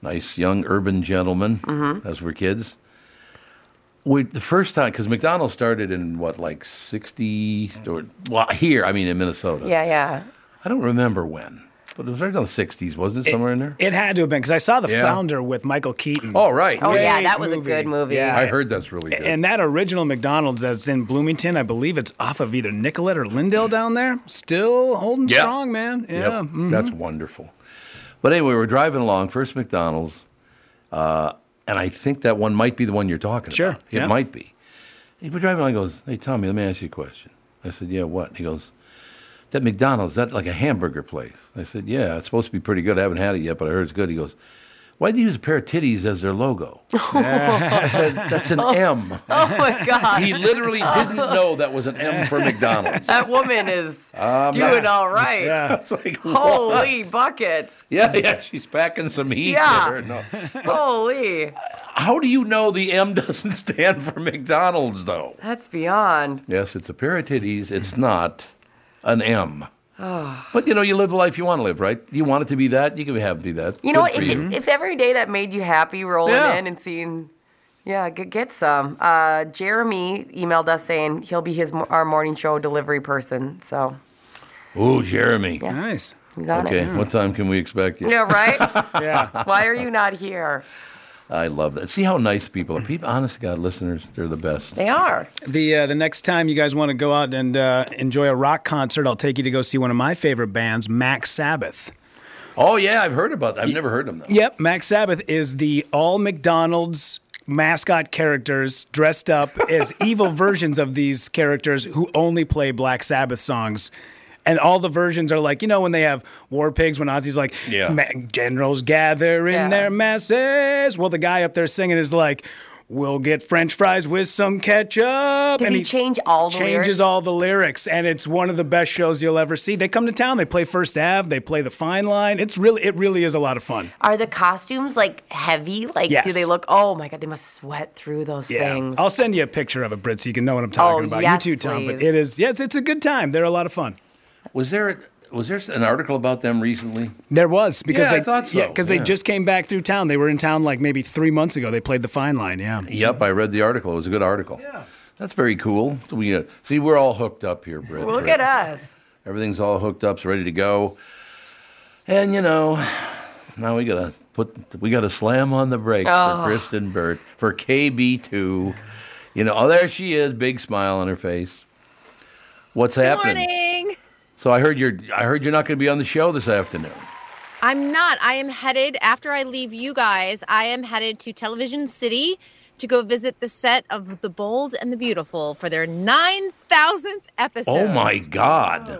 S1: nice young urban gentleman,
S3: Mm-hmm.
S1: as we're kids. We, the first time, because McDonald's started in what, like 60, or well, here, I mean, in Minnesota.
S3: Yeah, yeah.
S1: I don't remember when, but it was right in the 60s, wasn't it? Somewhere in there?
S4: It had to have been because I saw the
S1: Yeah.
S4: founder with Michael Keaton.
S1: Oh, right.
S3: Oh, yeah,
S4: Great
S3: that was
S4: movie.
S3: a good movie.
S4: Yeah.
S1: I heard that's really good.
S4: And that original McDonald's that's in Bloomington, I believe it's off of either Nicollet or Lindale down there. Still holding
S1: Yeah. mm-hmm.
S4: strong, man. Yeah.
S1: Yep,
S4: Mm,
S1: That's wonderful. But anyway, we're driving along, first McDonald's, uh, and I think that one might be the one you're talking
S4: Sure,
S1: about. It
S4: yeah.
S1: might be. He was driving along and goes, Hey, Tommy, let me ask you a question. I said, Yeah, what? He goes, That McDonald's, that like a hamburger place. I said, Yeah, it's supposed to be pretty good. I haven't had it yet, but I heard it's good. He goes, Why'd they use a pair of titties as their logo? I said, That's an M.
S3: Oh my god.
S1: He literally didn't know that was an M for McDonald's.
S3: that woman is
S1: Ah,
S3: doing all right.
S1: It's like, what?
S3: Holy buckets.
S1: Yeah, yeah, she's packing some heat
S3: Yeah.
S1: there. No.
S3: Holy.
S1: How do you know the M doesn't stand for McDonald's, though?
S3: That's beyond.
S1: Yes, it's a pair of titties. It's not an M.
S3: Ah.
S1: But you know, you live the life you want to live, right? You want it to be that, you can have it be that.
S3: You know
S1: Good
S3: what?
S1: for
S3: If,
S1: you.
S3: it, if every day that made you happy rolling
S1: Yeah.
S3: in and seeing, yeah, get, get some. Uh, Jeremy emailed us saying he'll be his our morning show delivery person. So
S1: Ooh, Jeremy.
S4: Nice.
S3: he's on
S1: Okay,
S3: it.
S1: what time can we expect you?
S3: Mm. Yeah, right?
S4: Yeah.
S3: Why are you not here?
S1: I love that. See how nice people are. People, honest to God, listeners, they're the best.
S3: They are.
S4: the uh, the next time you guys want to go out and uh, enjoy a rock concert, I'll take you to go see one of my favorite bands, Max Sabbath.
S1: Oh yeah, I've heard about that. I've never heard them though.
S4: Yep, Max Sabbath is the all McDonald's mascot characters dressed up as evil versions of these characters who only play Black Sabbath songs. And all the versions are like, you know, when they have war pigs, when Ozzy's like,
S1: Yeah.
S4: "Ma- generals gather in
S3: Yeah.
S4: their masses. Well, the guy up there singing is like, we'll get french fries with some ketchup.
S3: Does
S4: and
S3: he, change all the
S4: changes
S3: lyrics?
S4: all the lyrics and it's one of the best shows you'll ever see they come to town they play first ave they play the fine line it's really it really is a lot of fun
S3: Are the costumes like heavy? Like, do
S4: Yes.
S3: they look? Oh my god, they must sweat through those things.
S4: I'll send you a picture of it, Britt, so you can know what I'm talking
S3: Oh,
S4: about.
S3: yes,
S4: you too, Tom. But
S3: please.
S4: it is, yes, it's a good time. They're a lot of fun.
S1: Was there? was there an article about them recently?
S4: There was because
S1: Yeah,
S4: they
S1: I thought so,
S4: yeah, 'cause they
S1: yeah.
S4: just came back through town. They were in town like maybe three months ago. They played the fine line. Yeah.
S1: Yep, I read the article. It was a good article. Yeah. That's very cool. We uh, see we're all hooked up here, Britt.
S3: Look
S1: Britt.
S3: at us.
S1: Everything's all hooked up, it's ready to go. And you know, now we gotta put we gotta slam on the brakes
S3: Oh.
S1: for Kristen Burt for KB two. You know, oh there she is, big smile on her face. What's happening?
S8: Morning.
S1: So I heard you're I heard you're not gonna be on the show this afternoon.
S8: I'm not. I am headed after I leave you guys. I am headed to Television City to go visit the set of The Bold and the Beautiful for their 9,000th episode.
S1: oh my god.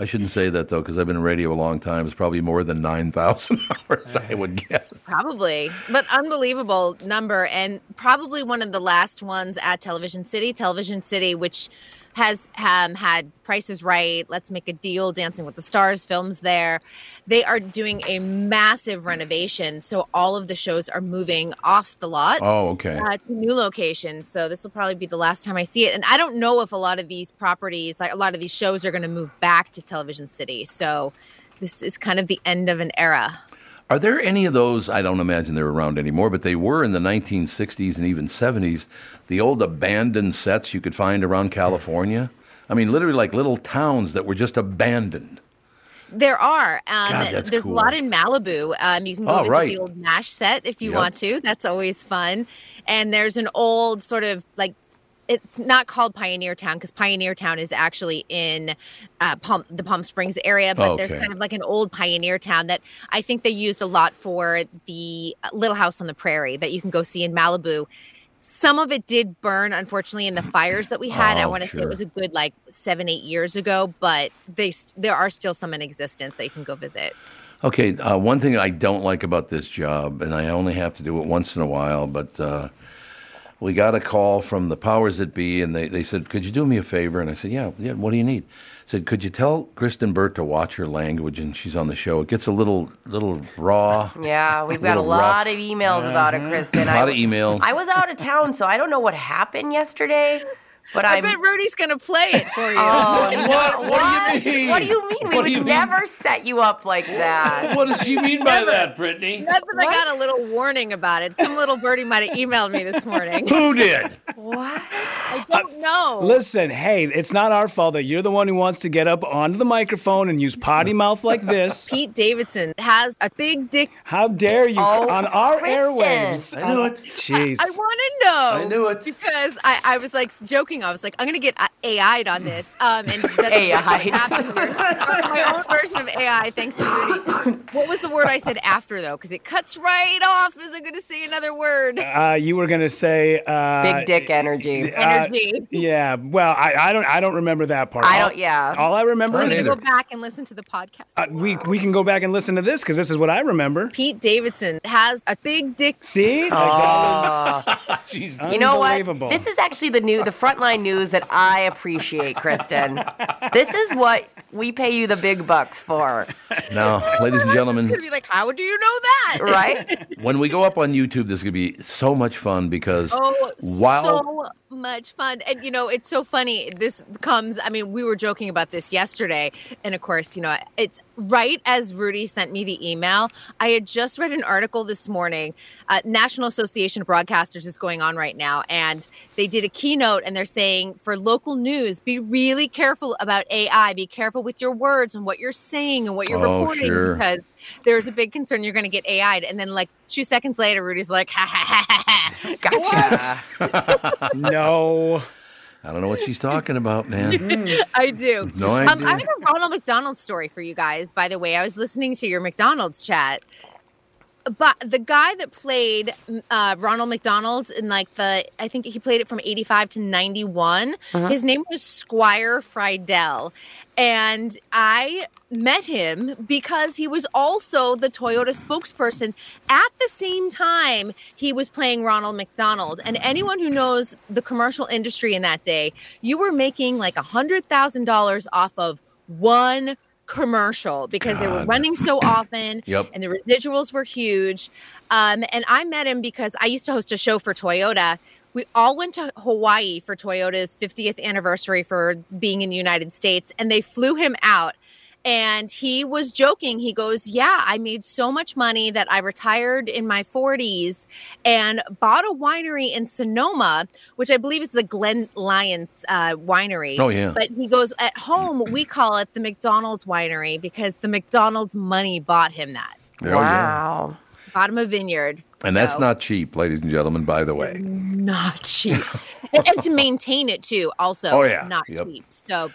S1: I shouldn't say that though, because I've been in radio a long time. It's probably more than nine thousand hours, I would guess.
S8: Probably, but unbelievable number, and probably one of the last ones at Television City. Television City, which has um, had Prices Right, Let's Make a Deal, Dancing with the Stars films there. They are doing a massive renovation, so all of the shows are moving off the lot.
S1: Oh, okay.
S8: Uh, to new locations, so this will probably be the last time I see it. And I don't know if a lot of these properties, like a lot of these shows, are going to move back to Television City. So this is kind of the end of an era.
S1: Are there any of those? I don't imagine they're around anymore, but they were in the 1960s and even 70s. The old abandoned sets you could find around California. I mean, literally like little towns that were just abandoned.
S8: There are. Um,
S1: God, that's
S8: there's
S1: cool.
S8: a lot in Malibu. Um, you can go
S1: Oh,
S8: visit
S1: right.
S8: the old MASH set if you
S1: Yep.
S8: want to. That's always fun. And there's an old sort of like, it's not called Pioneer Town because Pioneer Town is actually in uh, Palm, the Palm Springs area, but there's
S11: Okay.
S8: kind of like an old Pioneer Town that I think they used a lot for the uh, Little House on the Prairie that you can go see in Malibu. Some of it did burn, unfortunately, in the fires that we had. I
S1: Oh,
S8: want to say it
S1: sure.
S8: was a good like seven, eight years ago, but they s- there are still some in existence that you can go visit.
S1: Okay, uh, one thing I don't like about this job, and I only have to do it once in a while, but uh, we got a call from the powers that be, and they, they said, Could you do me a favor? And I said, Yeah, yeah, what do you need? said, Could you tell Kristen Burt to watch her language? And she's on the show. It gets a little, little raw.
S3: Oh, Yeah, we've got a Mm-hmm.
S1: Little rough.
S3: lot of emails about it, Kristen.
S1: A lot
S3: I-
S1: of emails.
S3: I was out of town, so I don't know what happened yesterday. But
S8: I
S3: I'm,
S8: bet Rudy's gonna play it for you.
S3: Oh, no.
S8: What?
S3: what?
S8: What
S3: do you mean? What do you mean? We would never set you up like that.
S1: What does she mean by that, Brittany?
S8: Not that I got a little warning about it. Some little birdie might have emailed me this morning.
S1: Who did?
S8: What? I don't know.
S4: Listen, hey, it's not our fault that you're the one who wants to get up onto the microphone and use potty mouth like this.
S8: Pete Davidson has a big dick.
S4: How dare you
S8: Oh,
S4: on our
S8: Kristen.
S4: airwaves?
S8: I knew
S1: it.
S4: Jeez.
S8: I want to know.
S4: I knew it.
S8: because I, I was like joking. I was like, I'm gonna get uh, AI'd on this. Um, and that's what
S3: AI'd.
S8: happened here. my own version of AI. Thanks to Rudy. What was the word I said after though? Because it cuts right off. Is I'm gonna say another word.
S4: uh, you were gonna say uh,
S3: Big dick energy.
S4: uh, yeah. Well, I, I don't. I don't remember that part.
S3: I
S4: All-
S3: don't- yeah.
S4: All I remember
S8: I'm
S4: is
S8: gonna go back and listen to the podcast.
S4: uh, we we can go back and listen to this because this is what I remember.
S8: Pete Davidson has a big dick.
S4: See, Like, that was-
S3: Ah. You know
S4: Unbelievable.
S3: what? This is actually the new, the frontline news that I appreciate, Kristen. this is what we pay you the big bucks for,
S1: Now, ladies and gentlemen,
S8: Gonna be like, how do you know that?
S3: right?
S1: when we go up on YouTube, this is going to be so much fun because
S8: Oh,
S1: while
S8: so much fun. And, you know, it's so funny. This comes, I mean, we were joking about this yesterday. And of course, you know, it's right as Rudy sent me the email. I had just read an article this morning. Uh, National Association of Broadcasters is going on right now. And they did a keynote and they're saying for local news, be really careful about AI. Be careful with your words and what you're saying and what you're
S1: Oh,
S8: reporting
S1: sure.
S8: because there's a big concern you're going to get AI'd. And then, like, two seconds later, Rudy's like, ha ha ha ha ha.
S3: Gotcha.
S4: no.
S1: I don't know what she's talking about, man.
S8: I do.
S1: No
S8: Um,
S1: idea.
S8: I have a Ronald McDonald story for you guys. By the way, I was listening to your McDonald's chat, but the guy that played uh, Ronald McDonald's in like the I think he played it from eighty five to ninety
S11: Uh-huh.
S8: His name was Squire Friedel, and I met him because he was also the Toyota spokesperson at the same time he was playing Ronald McDonald. And anyone who knows the commercial industry in that day, you were making like a hundred thousand dollars off of one commercial because they were
S11: God.
S8: running so often
S11: Yep.
S8: and the residuals were huge. Um, and I met him because I used to host a show for Toyota. We all went to Hawaii for Toyota's 50th anniversary for being in the United States, and they flew him out. And he was joking. He goes, Yeah, I made so much money that I retired in my 40s and bought a winery in Sonoma, which I believe is the Glen Lyons uh, winery.
S1: Oh, yeah.
S8: But he goes, At home, we call it the McDonald's winery because the McDonald's money bought him that.
S11: Oh,
S1: There we go.
S3: Wow.
S8: Bought him a vineyard.
S1: And that's
S8: So-
S1: not cheap, ladies and gentlemen, by the way.
S8: not cheap. and, and to maintain it too, also
S1: Oh, yeah.
S8: not
S1: Yep.
S8: cheap. So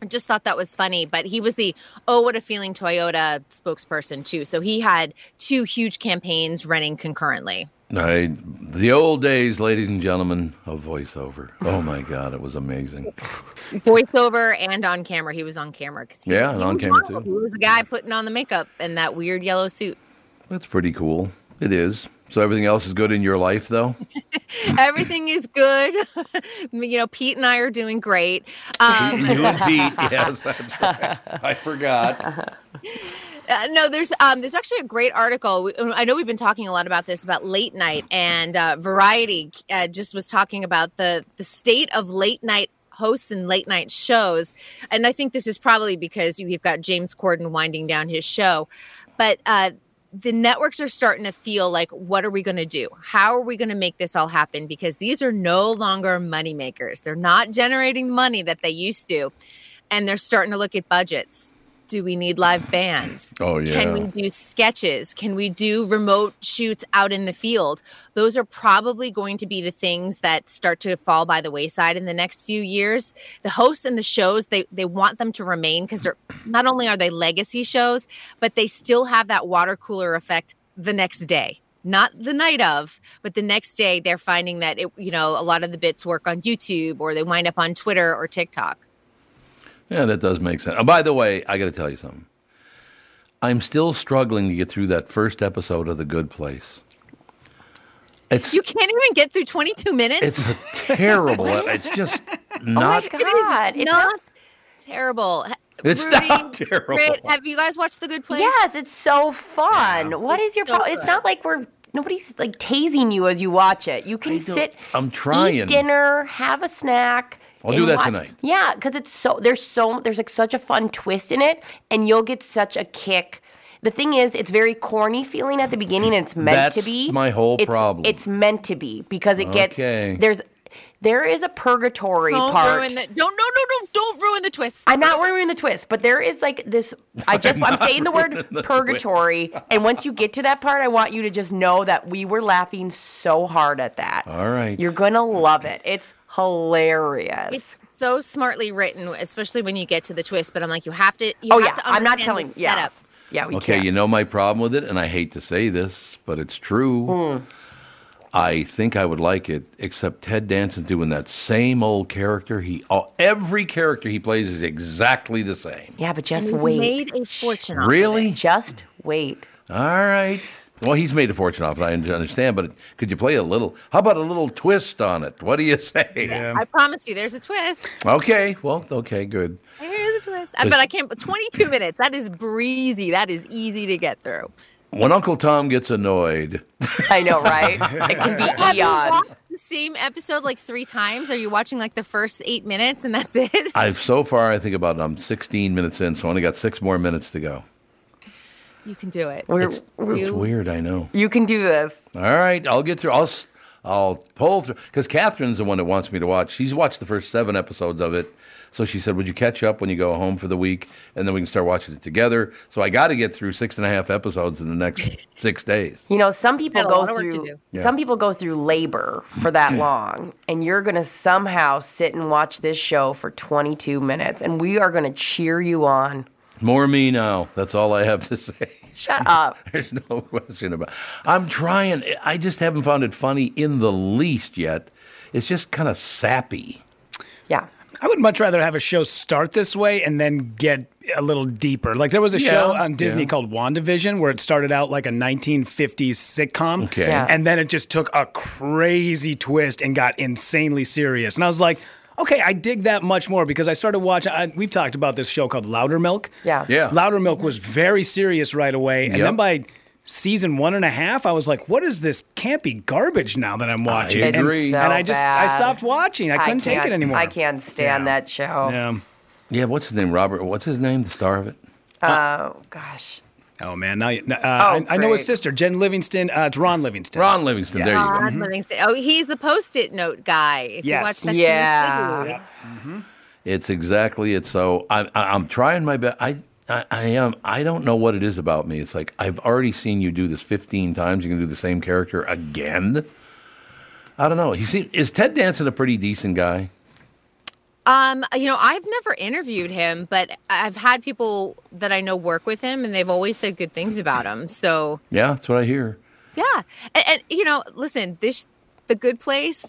S8: I just thought that was funny. But he was the oh what a feeling Toyota spokesperson too. So he had two huge campaigns running concurrently.
S1: I, the old days, ladies and gentlemen, of voiceover. Oh my God, it was amazing.
S8: Voiceover and on camera. He was on camera because
S1: Yeah, and on camera too.
S8: he was the guy putting on the makeup and that weird yellow suit.
S1: That's pretty cool. It is. So everything else is good in your life, though.
S8: Everything is good. you know, Pete and I are doing great. Um,
S1: you and Pete, yes, that's right. I forgot.
S8: Uh, no, there's um, there's actually a great article. We- I know we've been talking a lot about this about late night, and uh, Variety uh, just was talking about the the state of late night hosts and late night shows, and I think this is probably because you- you've got James Corden winding down his show, but. Uh, the networks are starting to feel like, what are we going to do? How are we going to make this all happen? Because these are no longer money makers. They're not generating money that they used to. And they're starting to look at budgets. Do we need live bands?
S1: Oh yeah.
S8: Can we do sketches? Can we do remote shoots out in the field? Those are probably going to be the things that start to fall by the wayside in the next few years. The hosts and the shows, they they want them to remain because they're not only are they legacy shows, but they still have that water cooler effect the next day. Not the night of, but the next day they're finding that it, you know, a lot of the bits work on YouTube or they wind up on Twitter or TikTok.
S1: Yeah, that does make sense. Oh, by the way, I got to tell you something. I'm still struggling to get through that first episode of The Good Place. It's
S8: You can't even get through 22 minutes.
S1: it's a terrible. e, it's just not.
S8: oh my god, it's not, terrible.
S1: It's
S8: Rudy,
S1: not terrible.
S8: Britt, have you guys watched The Good Place?
S3: Yes, it's so fun. What is your
S8: so
S3: problem? It's
S8: good.
S3: not like we're nobody's like tasing you as you watch it. You can sit,
S1: I'm trying.
S3: eat dinner, have a snack.
S1: I'll do
S3: and
S1: that tonight.
S3: Yeah, because it's so there's so there's like such a fun twist in it, and you'll get such a kick. The thing is, it's very corny feeling at the beginning. And it's meant to
S1: That's
S3: be.
S1: my whole
S3: It's-
S1: problem.
S3: It's meant to be because it gets
S1: Okay.
S3: there's there is a purgatory
S8: Don't
S3: part.
S8: ruin the don't no no no don't ruin the twist.
S3: I'm not ruining the twist, but there is like this. I just I'm, saying the word
S8: ruining the
S3: purgatory, and once you get to that part, I want you to just know that we were laughing so hard at that.
S1: All right.
S3: You're gonna love it. It's hilarious.
S8: It's so smartly written, especially when you get to the twist. But I'm like, you have to. You
S3: Oh,
S8: have
S3: yeah,
S8: to
S3: I'm not
S8: understand
S3: telling-
S8: the
S3: yeah.
S8: setup.
S3: yeah,
S1: okay, you know my problem with it, and I hate to say this, but it's true.
S8: Hmm.
S1: I think I would like it, except Ted Danson's doing that same old character. He all, every character he plays is exactly the same.
S3: Yeah, but just
S8: And we've
S3: wait.
S8: Made a fortune. off
S1: Really?
S3: Just wait.
S1: All right. Well, he's made a fortune off it. I understand, but could you play a little? How about a little twist on it? What do you say?
S8: of it. I promise you, there's a twist.
S1: Okay. Well. Okay. Good.
S8: There's a twist. I
S1: But-
S8: bet I can't. 22 minutes. That is breezy. That is easy to get through.
S1: When Uncle Tom gets annoyed,
S3: I know, right? It can
S8: Have
S3: be
S8: you
S3: eons.
S8: watched the same episode like three times? Are you watching like the first eight minutes and that's it?
S1: I've so far I think about I'm 16 minutes in, so I only got six more minutes to go.
S8: You can do it.
S1: it's, it's weird. I know.
S3: You can do this.
S1: All right, I'll get through. I'll s- I'll pull through because Catherine's the one that wants me to watch. She's watched the first seven episodes of it, so she said, "Would you catch up when you go home for the week, and then we can start watching it together?" So I got to get through six and a half episodes in the next six days.
S3: You know, some people
S8: Got a
S3: go
S8: lot of work to
S3: through
S8: do.
S1: Yeah.
S3: some people go through labor for that long, and you're gonna somehow sit and watch this show for 22 minutes, and we are gonna cheer you on.
S1: More me now. That's all I have to say.
S3: Shut up.
S1: There's no question about. I'm trying. I just haven't found it funny in the least yet. It's just kind of sappy.
S3: Yeah.
S4: I would much rather have a show start this way and then get a little deeper. Like there was a
S1: Yeah,
S4: show on Disney
S1: yeah.
S4: called WandaVision where it started out like a 1950s sitcom.
S1: Okay. Yeah.
S4: And then it just took a crazy twist and got insanely serious. And I was like, okay, I dig that much more because I started watching. I, we've talked about this show called Loudermilk.
S3: Yeah.
S1: Yeah.
S4: Loudermilk was very serious right away. And
S1: Yep.
S4: then by season one and a half, I was like, what is this campy garbage now that I'm watching?
S1: agree. It's
S4: And, and
S1: so
S4: I just, I
S3: bad.
S4: stopped watching. I couldn't take
S3: can't-
S4: it anymore.
S3: I can't stand that show.
S4: Yeah.
S1: Yeah, what's his name? Robert. What's his name? The star of it.
S3: Oh gosh.
S4: Oh man, now you, uh, I, I know his sister, Jen Livingston. Uh, it's Ron Livingston.
S1: Ron Livingston.
S4: Yes.
S8: Rod Livingston. Oh, he's the post-it note guy. If
S4: Yes.
S8: you watch that
S1: Yeah.
S8: TV.
S1: It's exactly it. So I'm I'm trying my best. I, I I am. I don't know what it is about me. It's like I've already seen you do this 15 times. You're gonna do the same character again. I don't know. He seems is Ted Danson a pretty decent guy.
S8: Um, you know, I've never interviewed him, but I've had people that I know work with him, and they've always said good things about him. So
S1: Yeah, that's what I hear.
S8: yeah, and, and you know, listen, this the Good Place.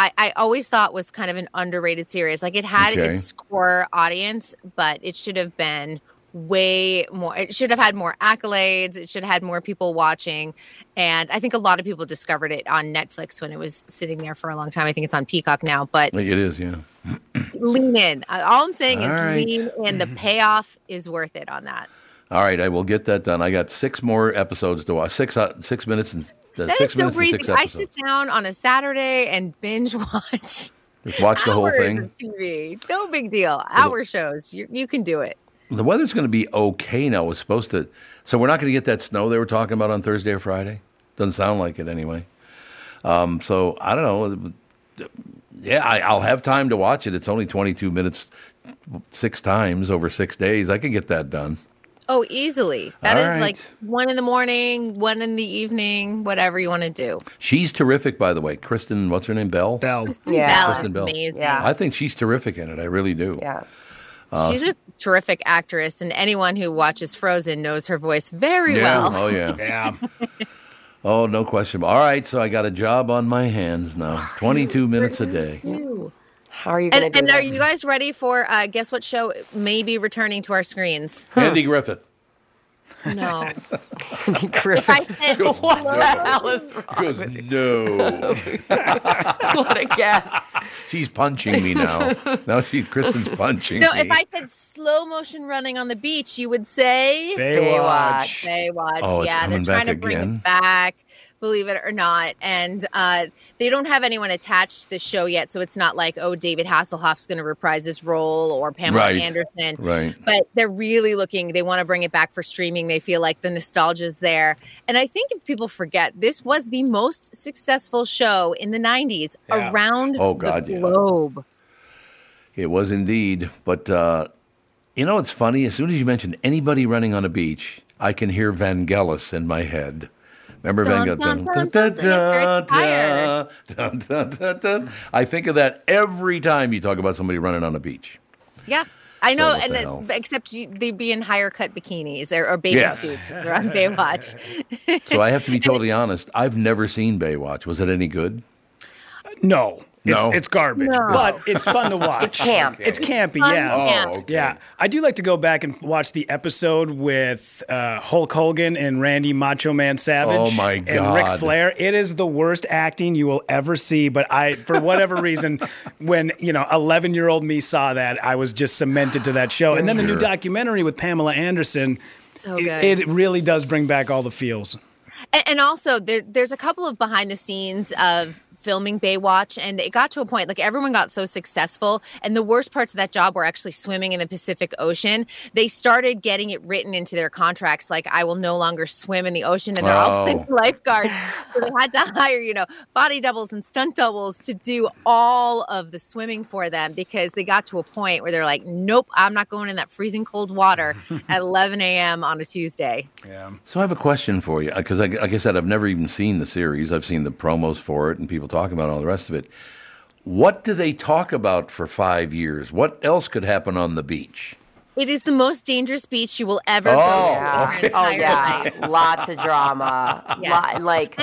S8: I, I always thought was kind of an underrated series. Like it had
S1: Okay.
S8: its core audience, but it should have been way more. It should have had more accolades. It should have had more people watching. And I think a lot of people discovered it on Netflix when it was sitting there for a long time. I think it's on Peacock now, but
S1: It is. Yeah.
S8: lean in. Uh, All I'm saying is
S1: All right.
S8: lean in. The payoff is worth it on that.
S1: All right, I will get that done. I got six more episodes to watch. Six uh, six minutes and uh,
S8: That is
S1: six
S8: so
S1: minutes and
S8: breezy.
S1: six
S8: I
S1: episodes.
S8: sit down on a Saturday and binge watch.
S1: Just watch the whole
S8: hours
S1: thing.
S8: Of TV. No big deal. Hour shows. You, you can do it.
S1: The weather's going to be okay now. It's supposed to, so we're not going to get that snow they were talking about on Thursday or Friday. Doesn't sound like it anyway. Um, so I don't know. Yeah, I, I'll have time to watch it. It's only 22 minutes, six times over six days. I could get that done.
S8: Oh, easily. That
S1: All
S8: is
S1: right.
S8: like one in the morning, one in the evening, whatever you want to do.
S1: She's terrific, by the way. Kristen, what's her name? Bell. Bell.
S8: Yeah. Bell
S1: Kristen
S8: is
S1: Bell.
S8: amazing. Yeah.
S1: I think she's terrific in it. I really do.
S3: Yeah.
S8: She's a terrific actress, and anyone who watches Frozen knows her voice very
S1: yeah.
S8: well.
S1: Oh yeah. Oh, no question. All right, so I got a job on my hands now. 22 minutes a day.
S8: Ooh.
S3: How are you going to
S8: And,
S3: do
S8: and are
S3: this?
S8: you guys ready for uh, guess what show may be returning to our screens?
S1: Andy Griffith.
S8: No.
S3: Griffith.
S8: Goes,
S3: what the
S1: no.
S3: hell is wrong?
S1: Goes, no.
S3: what a guess.
S1: She's punching me now. Now she's Kristen's punching
S8: no,
S1: me.
S8: if I said slow motion running on the beach, you would say
S1: Baywatch.
S8: Baywatch.
S1: Oh, it's
S8: yeah,
S1: coming
S8: they're
S1: back
S8: trying to bring
S1: again.
S8: it back, believe it or not. And uh, they don't have anyone attached to the show yet, so it's not like oh, David Hasselhoff's going to reprise his role or Pamela
S11: Right.
S8: Anderson.
S11: Right.
S8: But they're really looking. They want to bring it back for streaming. They feel like the nostalgia's there. And I think if people forget, this was the most successful show in the '90s
S1: Yeah.
S8: around
S1: Oh, God,
S8: the
S1: yeah.
S8: globe.
S1: It was indeed. But uh, you know, it's funny. As soon as you mention anybody running on a beach, I can hear Vangelis in my head. Remember
S12: Dun,
S1: Vangelis?
S12: dun,
S1: Dun,
S12: dun,
S1: dun,
S12: dun, dun,
S1: dun,
S12: dun,
S1: dun, dun, dun, dun. I think of that every time you talk about somebody running on a beach.
S8: Yeah, I know,
S1: what the
S8: and
S1: hell?
S8: it, but except you, they'd be in higher cut bikinis or, or bathing
S1: Yes.
S8: suits when they're on Baywatch.
S1: So I have to be totally honest. I've never seen Baywatch. Was it any good?
S4: No.
S1: No.
S4: It's, it's garbage,
S1: No.
S4: but it's fun to watch.
S1: It's camp.
S4: It's campy,
S1: Fun
S4: yeah.
S1: camp. Oh, okay.
S4: Yeah. I do like to go back and watch the episode with uh, Hulk Hogan and Randy Macho Man Savage.
S1: Oh, my
S4: And Ric
S1: God.
S4: Flair. It is the worst acting you will ever see, but I, for whatever reason, when, you know, 11 year old me saw that, I was just cemented to that show. And then the new
S1: Sure.
S4: documentary with Pamela Anderson.
S8: So
S4: it-
S8: good.
S4: It, really does bring back all the feels.
S8: And, and also, there, there's a couple of behind the scenes of filming Baywatch, and it got to a point like everyone got so successful, and the worst parts of that job were actually swimming in the Pacific Ocean. They started getting it written into their contracts, like I will no longer swim in the ocean, and they're all
S11: Oh.
S8: lifeguards, so they had to hire you know body doubles and stunt doubles to do all of the swimming for them because they got to a point where they're like, nope, I'm not going in that freezing cold water at 11 a.m. on a Tuesday.
S1: So I have a question for you because, like, like I said, I've never even seen the series. I've seen the promos for it and people talking about it and all the rest of it. What do they talk about for five years? What else could happen on the beach?
S8: It is the most dangerous beach you will ever
S1: Oh,
S8: go to.
S1: yeah.
S8: in your
S1: Okay.
S3: Oh
S8: entire
S3: yeah,
S8: life.
S3: lots of drama,
S8: Yes.
S3: Lot- like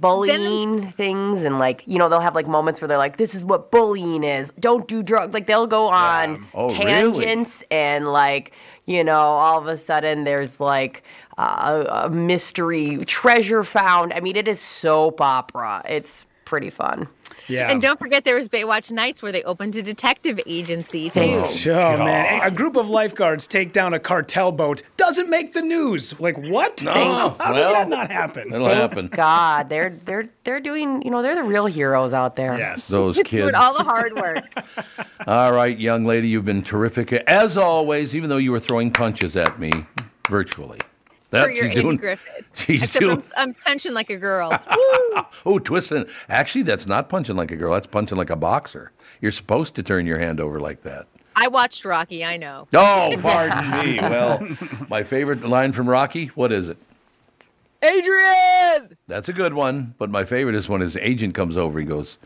S3: bullying things, and like you know they'll have like moments where they're like, "This is what bullying is. Don't do drugs." Like they'll go on
S1: Oh, really?
S3: tangents, and like you know, all of a sudden there's like uh, a a mystery treasure found. I mean, it is soap opera. It's pretty fun.
S4: Yeah.
S8: And don't forget there was Baywatch Nights where they opened a detective agency too.
S4: Oh, man. A group of lifeguards take down a cartel boat. Doesn't make the news. Like, what?
S1: No.
S4: How
S1: Well,
S4: did that not happen?
S1: it'll happen.
S3: God, they're they're they're doing. You know, they're the real heroes out there.
S1: Yes. Those kids.
S8: Doing all the hard work.
S1: All right, young lady, you've been terrific as always. Even though you were throwing punches at me virtually,
S8: for your
S1: she's
S8: Andy
S1: doing.
S8: Griffith.
S1: she's
S8: Except
S1: doing-
S8: I'm, I'm punching like a girl.
S1: Oh, twisting. Actually, that's not punching like a girl. That's punching like a boxer. You're supposed to turn your hand over like that.
S8: I watched Rocky. I know.
S1: Oh, pardon me. Well, my favorite line from Rocky. What is it?
S8: Adrian.
S1: That's a good one. But my favorite is when his agent comes over. He goes,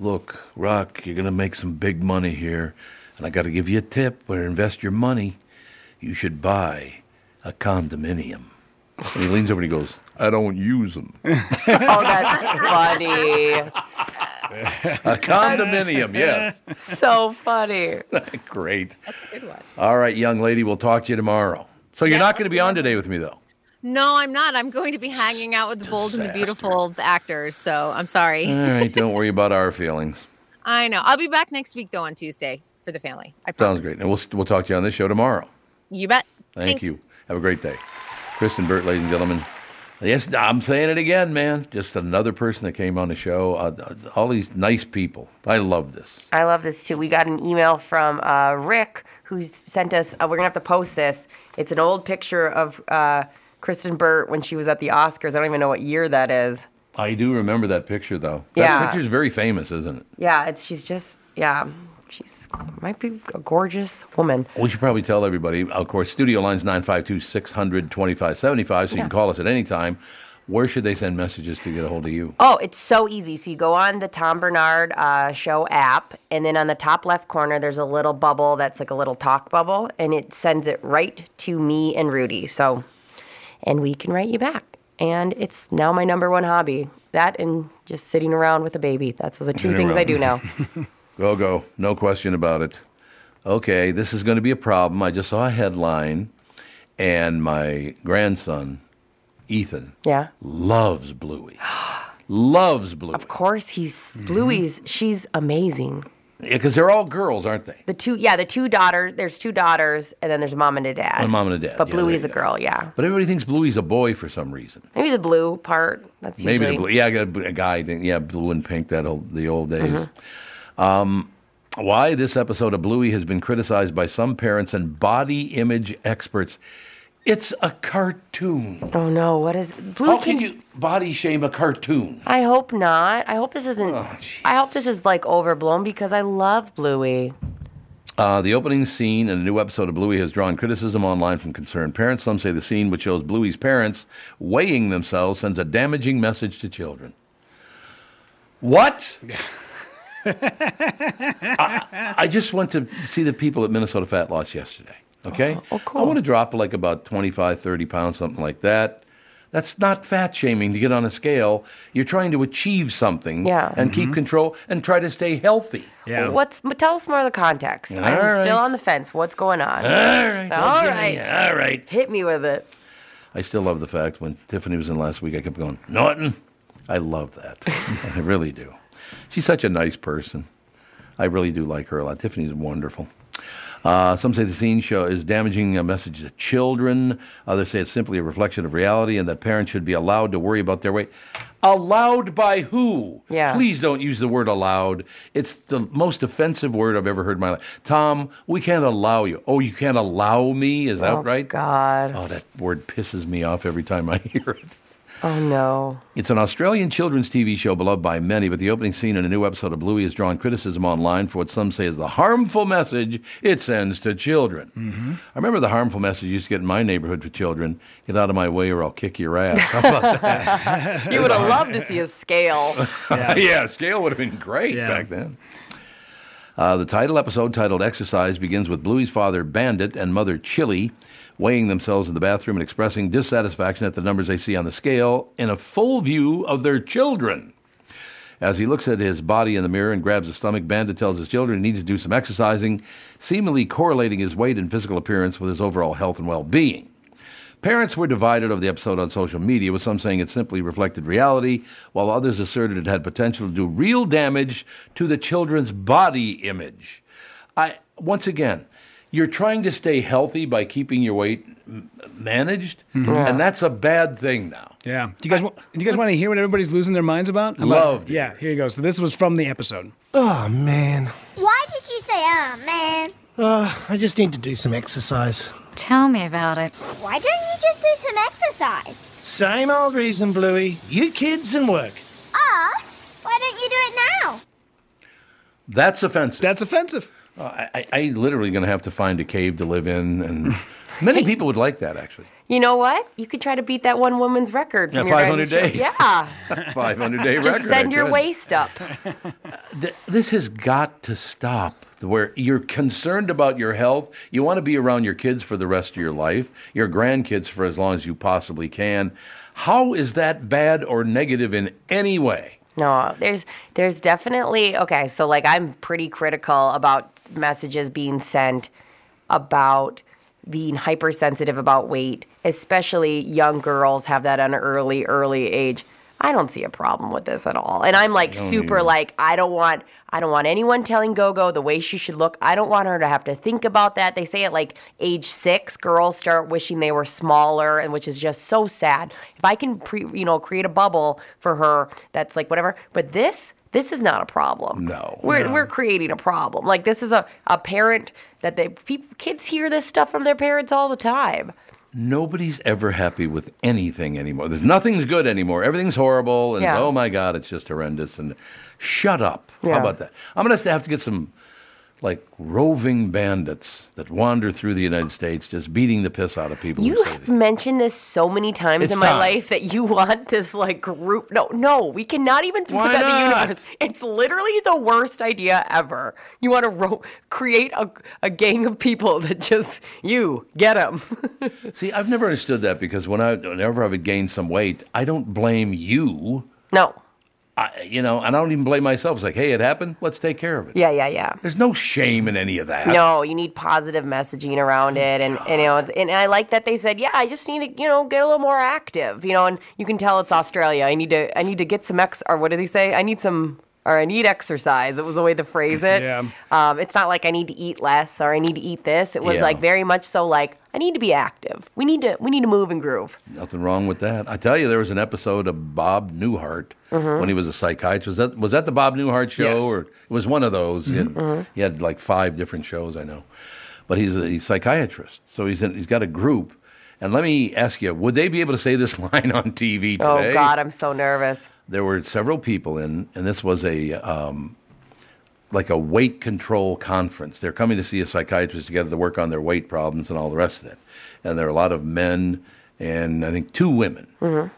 S1: Look, Rock, you're going to make some big money here. And I got to give you a tip where invest your money. You should buy a condominium. And he leans over and he goes, I don't use them.
S3: oh, that's funny.
S1: A condominium, yes.
S3: So funny.
S1: Great.
S8: Good one.
S1: All right, young lady, we'll talk to you tomorrow. So you're not going to be on today with me, though.
S8: No, I'm not. I'm going to be hanging out with the bold and the beautiful actors. So I'm sorry.
S1: All right, don't worry about our feelings.
S8: I know. I'll be back next week though on Tuesday for the family. I
S1: Sounds
S8: promise.
S1: great. And we'll, we'll talk to you on this show tomorrow.
S8: You bet.
S1: Thank
S8: Thanks.
S1: you. Have a great day. Chris and Bert, ladies and gentlemen. Yes, I'm saying it again, man. Just another person that came on the show. Uh, all these nice people. I love this.
S3: I love this too. We got an email from uh, Rick who sent us. Uh, we're gonna have to post this. It's an old picture of uh, Kristen Burt when she was at the Oscars. I don't even know what year that is.
S1: I do remember that picture, though. That
S3: Yeah.
S1: picture's very famous, isn't it?
S3: Yeah, it's she's just yeah, she's might be a gorgeous woman.
S1: We should probably tell everybody. Of course, studio lines 952 600 2575, so you
S3: Yeah.
S1: can call us at any time. Where should they send messages to get a hold of you?
S3: Oh, it's so easy. So you go on the Tom Bernard uh, Show app, and then on the top left corner, there's a little bubble that's like a little talk bubble, and it sends it right to me and Rudy. So, and we can write you back. And it's now my number one hobby. That and just sitting around with a baby. That's the two
S1: Sitting
S3: things I
S1: around.
S3: do now.
S1: Go, go. No question about it. Okay, this is going to be a problem. I just saw a headline, and my grandson, Ethan,
S3: Yeah.
S1: loves Bluey. loves Bluey.
S3: Of course, he's
S1: Mm-hmm.
S3: Bluey's. She's amazing.
S1: Because they're all girls, aren't they?
S3: The two, yeah, the two daughter. There's two daughters, and then there's a mom and a dad.
S1: A mom and a dad,
S3: But
S1: yeah,
S3: Bluey's a
S1: there
S3: girl. Yeah.
S1: But everybody thinks Bluey's a boy for some reason.
S3: Maybe the blue part. That's
S1: Maybe the
S3: usually-
S1: blue. Yeah, I got a guy. didn't- Yeah, blue and pink. That old the old
S3: Uh-huh.
S1: days. Um, why this episode of Bluey has been criticized by some parents and body image experts. It's a cartoon.
S3: Oh no! What is Blue?
S1: How can you body shame a cartoon?
S3: I hope not. I hope this isn't.
S1: Oh,
S3: I hope this is like overblown because I love Bluey.
S1: Uh, the opening scene in a new episode of Bluey has drawn criticism online from concerned parents. Some say the scene, which shows Bluey's parents weighing themselves, sends a damaging message to children. What? I, I just went to see the people at Minnesota Fat Loss yesterday. Okay? Oh, cool. I want to drop like about 25, 30 pounds, something like that. That's not fat shaming to get on a scale. You're trying to achieve something
S3: Yeah.
S1: and keep control and try to stay healthy.
S3: What's? but Tell us more of the context.
S1: All
S3: I'm
S1: right.
S3: still on the fence. What's going on?
S1: All right.
S3: All
S1: Okay,
S3: right.
S1: all right.
S3: Hit me with it.
S1: I still love the fact when Tiffany was in last week, I kept going, Norton. I love that. I really do. She's such a nice person. I really do like her a lot. Tiffany's wonderful. Uh, some say the scene show is damaging a message to children. Others say it's simply a reflection of reality and that parents should be allowed to worry about their weight. Allowed by who?
S3: Yeah.
S1: Please don't use the word allowed. It's the most offensive word I've ever heard in my life. Tom, we can't allow you. Oh, you can't allow me? Is that
S3: Oh,
S1: right?
S3: God.
S1: Oh, that word pisses me off every time I hear it.
S3: Oh no.
S1: It's an Australian children's TV show beloved by many, but the opening scene in a new episode of Bluey has drawn criticism online for what some say is the harmful message it sends to children. I remember the harmful message used to get in my neighborhood for children get out of my way or I'll kick your ass. How about that?
S3: You would have loved to see a scale.
S1: yeah. scale would have been great
S3: Yeah.
S1: back then. Uh, the title episode, titled Exercise, begins with Bluey's father, Bandit, and mother, Chili, weighing themselves in the bathroom and expressing dissatisfaction at the numbers they see on the scale in a full view of their children. As he looks at his body in the mirror and grabs his stomach, Bandit tells his children he needs to do some exercising, seemingly correlating his weight and physical appearance with his overall health and well being. Parents were divided over the episode on social media, with some saying it simply reflected reality, while others asserted it had potential to do real damage to the children's body image. I once again, you're trying to stay healthy by keeping your weight m- managed,
S3: Mm-hmm.
S4: Mhm. Yeah.
S1: and that's a bad thing now.
S4: Yeah. Do you guys want? Do you guys want to hear what everybody's losing their minds about? How about-
S1: Love to
S4: Yeah. Here you go. So this was from the episode.
S11: Oh, man.
S13: Why did you say, oh man?
S11: Uh, I just need to do some exercise.
S13: Tell me about it. Why don't you just do some exercise?
S11: Same old reason, Bluey. You kids and work.
S13: Us? Why don't you do it now?
S1: That's offensive.
S4: That's offensive.
S1: I, I, I literally going to have to find a cave to live in, and many people would like that actually.
S3: You know what? You could try to beat that one woman's record from
S1: Yeah,
S3: your
S1: 500
S3: guys' show.
S1: days.
S3: Yeah.
S1: 500 day record.
S3: Just send
S1: I
S3: your
S1: could.
S3: waist up.
S1: Th- this has got to stop. Where you're concerned about your health, you want to be around your kids for the rest of your life, your grandkids for as long as you possibly can. How is that bad or negative in any way?
S3: No, there's there's definitely okay. So like I'm pretty critical about messages being sent about being hypersensitive about weight, especially young girls have that at an early early age. I don't see a problem with this at all, and I'm like
S14: I don't
S3: super
S14: either.
S3: like I don't want I don't want anyone telling Gogo the way she should look. I don't want her to have to think about that. They say at like age six, girls start wishing they were smaller, and which is just so sad. If I can pre, you know create a bubble for her that's like whatever, but this this is not a problem. No, we're we're creating a problem. Like this is a a parent that they peop kids hear this stuff from their parents all the time.
S1: Nobody's ever happy with anything anymore. There's nothing's good anymore. Everything's horrible, and
S3: Yeah.
S1: oh my God, it's just horrendous. And shut up.
S3: Yeah.
S1: How about that? I'm gonna have to get some like roving bandits that wander through the United States, just beating the piss out of people. who
S3: You
S1: say
S3: have mentioned this so many times
S1: It's
S3: in my
S1: time.
S3: life that you want this like group. No, no, we cannot even throw
S1: Why
S3: that in the
S1: not?
S3: universe. It's literally the worst idea ever. You want to ro- create a, a gang of people that just you get them.
S1: See, I've never understood that because when I, whenever I've gained some weight, I don't blame you.
S3: No.
S1: I, you know, and I don't even blame myself. It's like, hey, it happened. Let's take care of it.
S3: yeah, yeah, yeah.
S1: There's no shame in any of that.
S3: No, you need positive messaging
S1: Oh,
S3: around it, and, and you know, and I like that they said, yeah, I just need to, you know, get a little more active, you know, and you can tell it's Australia. I need to, I need to get some ex, or what do they say? I need some, or I need exercise. It was the way to phrase it.
S14: Yeah.
S3: Um, it's not like I need to eat less or I need to eat this. It was
S1: Yeah.
S3: like very much so like I need to be active. We need to, we need to move and groove.
S1: Nothing wrong with that. I tell you, there was an episode of Bob Newhart
S3: Mhm.
S1: when he was a psychiatrist. Was that, was that the Bob Newhart show?
S3: Yes.
S1: Or it was one of those. He, had,
S3: Mhm.
S1: he had like five different shows, I know. But he's a, he's a psychiatrist. So he's, in, he's got a group. And let me ask you, would they be able to say this line on TV today?
S3: Oh God, I'm so nervous.
S1: there were several people in, and this was a um, like a weight control conference. They're coming to see a psychiatrist together to work on their weight problems and all the rest of it. And there are a lot of men and I think two women.
S12: Mhm.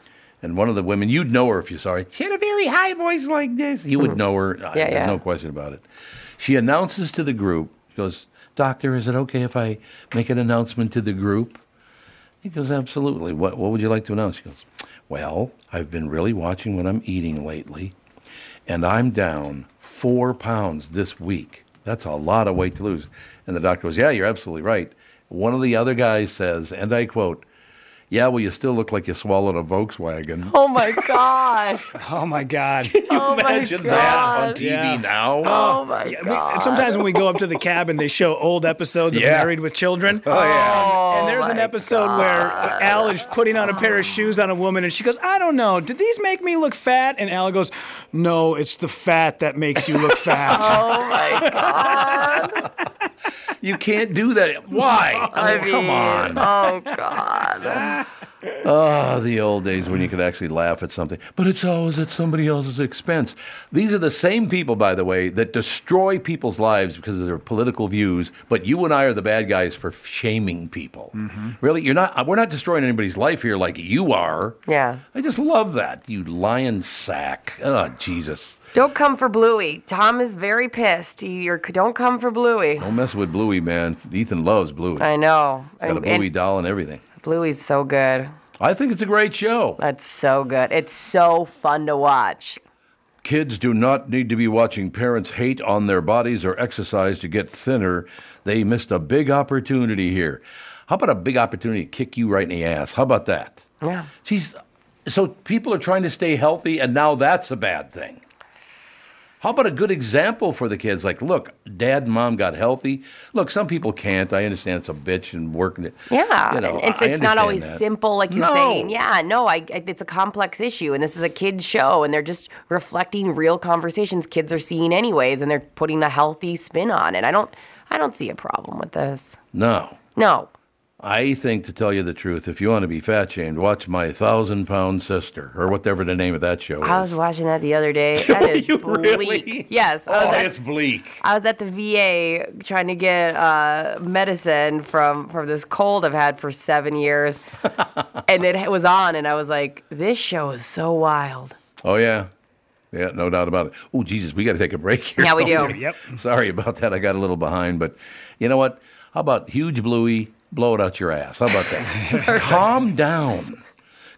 S1: And one of the women, you'd know her if you saw her. She had a very high voice like this. You would know her. I-
S12: Mm-hmm. Yeah,
S1: there's
S12: yeah.
S1: no question about it. She announces to the group, she goes, Doctor, is it okay if I make an announcement to the group? He goes, Absolutely. What, what would you like to announce? She goes, Well, I've been really watching what I'm eating lately, and I'm down four pounds this week. That's a lot of weight to lose. And the doctor goes, Yeah, you're absolutely right. One of the other guys says, and I quote, Yeah, well, you still look like you swallowed a Volkswagen.
S3: Oh my God.
S4: oh my God.
S3: oh
S1: Imagine that on TV now.
S3: Oh my
S4: Yeah, we-
S3: God.
S4: sometimes when we go up to the cabin, they show old episodes of
S1: Yeah.
S4: Married with Children.
S1: Oh, yeah.
S4: And there's an episode where Al is putting on a pair of shoes on a woman, and she goes, "I don't know. Did these make me look fat?" And Al goes, "No, it's the fat that makes you look fat."
S3: oh my God.
S1: You can't do that. Why?
S3: I
S1: Oh,
S3: mean,
S1: come on.
S3: Oh God.
S1: Oh, the old days when you could actually laugh at something, but it's always at somebody else's expense. These are the same people, by the way, that destroy people's lives because of their political views, but you and I are the bad guys for shaming people.
S3: Mm-hmm.
S1: Really? You're not, we're not destroying anybody's life here like you are.
S3: Yeah.
S1: I just love that, you lion sack. Oh, Jesus.
S3: Don't come for Bluey. Tom is very pissed. You're, don't come for Bluey.
S1: Don't mess with Bluey, man. Ethan loves Bluey.
S3: I know.
S1: Got a
S3: And-
S1: Bluey
S3: and
S1: doll and everything.
S3: Bluey's so good.
S1: I think it's a great show.
S3: That's so good. It's so fun to watch.
S1: Kids do not need to be watching parents hate on their bodies or exercise to get thinner. They missed a big opportunity here. How about a big opportunity to kick you right in the ass? How about that?
S3: Yeah.
S1: She's so people are trying to stay healthy, and now that's a bad thing. How about a good example for the kids? Like, look, dad and mom got healthy. Look, some people can't. I understand it's a bitch and working it.
S3: Yeah,
S1: you know,
S3: and it's
S1: I
S3: it's not
S1: understand
S3: always
S1: that.
S3: simple like you're
S1: No.
S3: saying. Yeah, no, I, I it's a complex issue, and this is a kids show, and they're just reflecting real conversations kids are seeing anyways, and they're putting a healthy spin on it. I don't I don't see a problem with this.
S1: No.
S3: No,
S1: I think, to tell you the truth, if you want to be fat shamed, watch my thousand pound sister or whatever the name of that show
S3: I
S1: is.
S3: was watching that the other day. That is bleak. Yes, I
S1: Oh,
S3: was at
S1: it's bleak.
S3: I was at the VA trying to get uh, medicine from from this cold I've had for seven years, and it was on, and I was like, "This show is so wild."
S1: Oh yeah, yeah, no doubt about it. Oh Jesus, we got to take a break here.
S3: Yeah, we do.
S1: Okay. Sorry about that. I got a little behind, but you know what? How about huge bluey? Blow it out your ass. How about that? Calm down.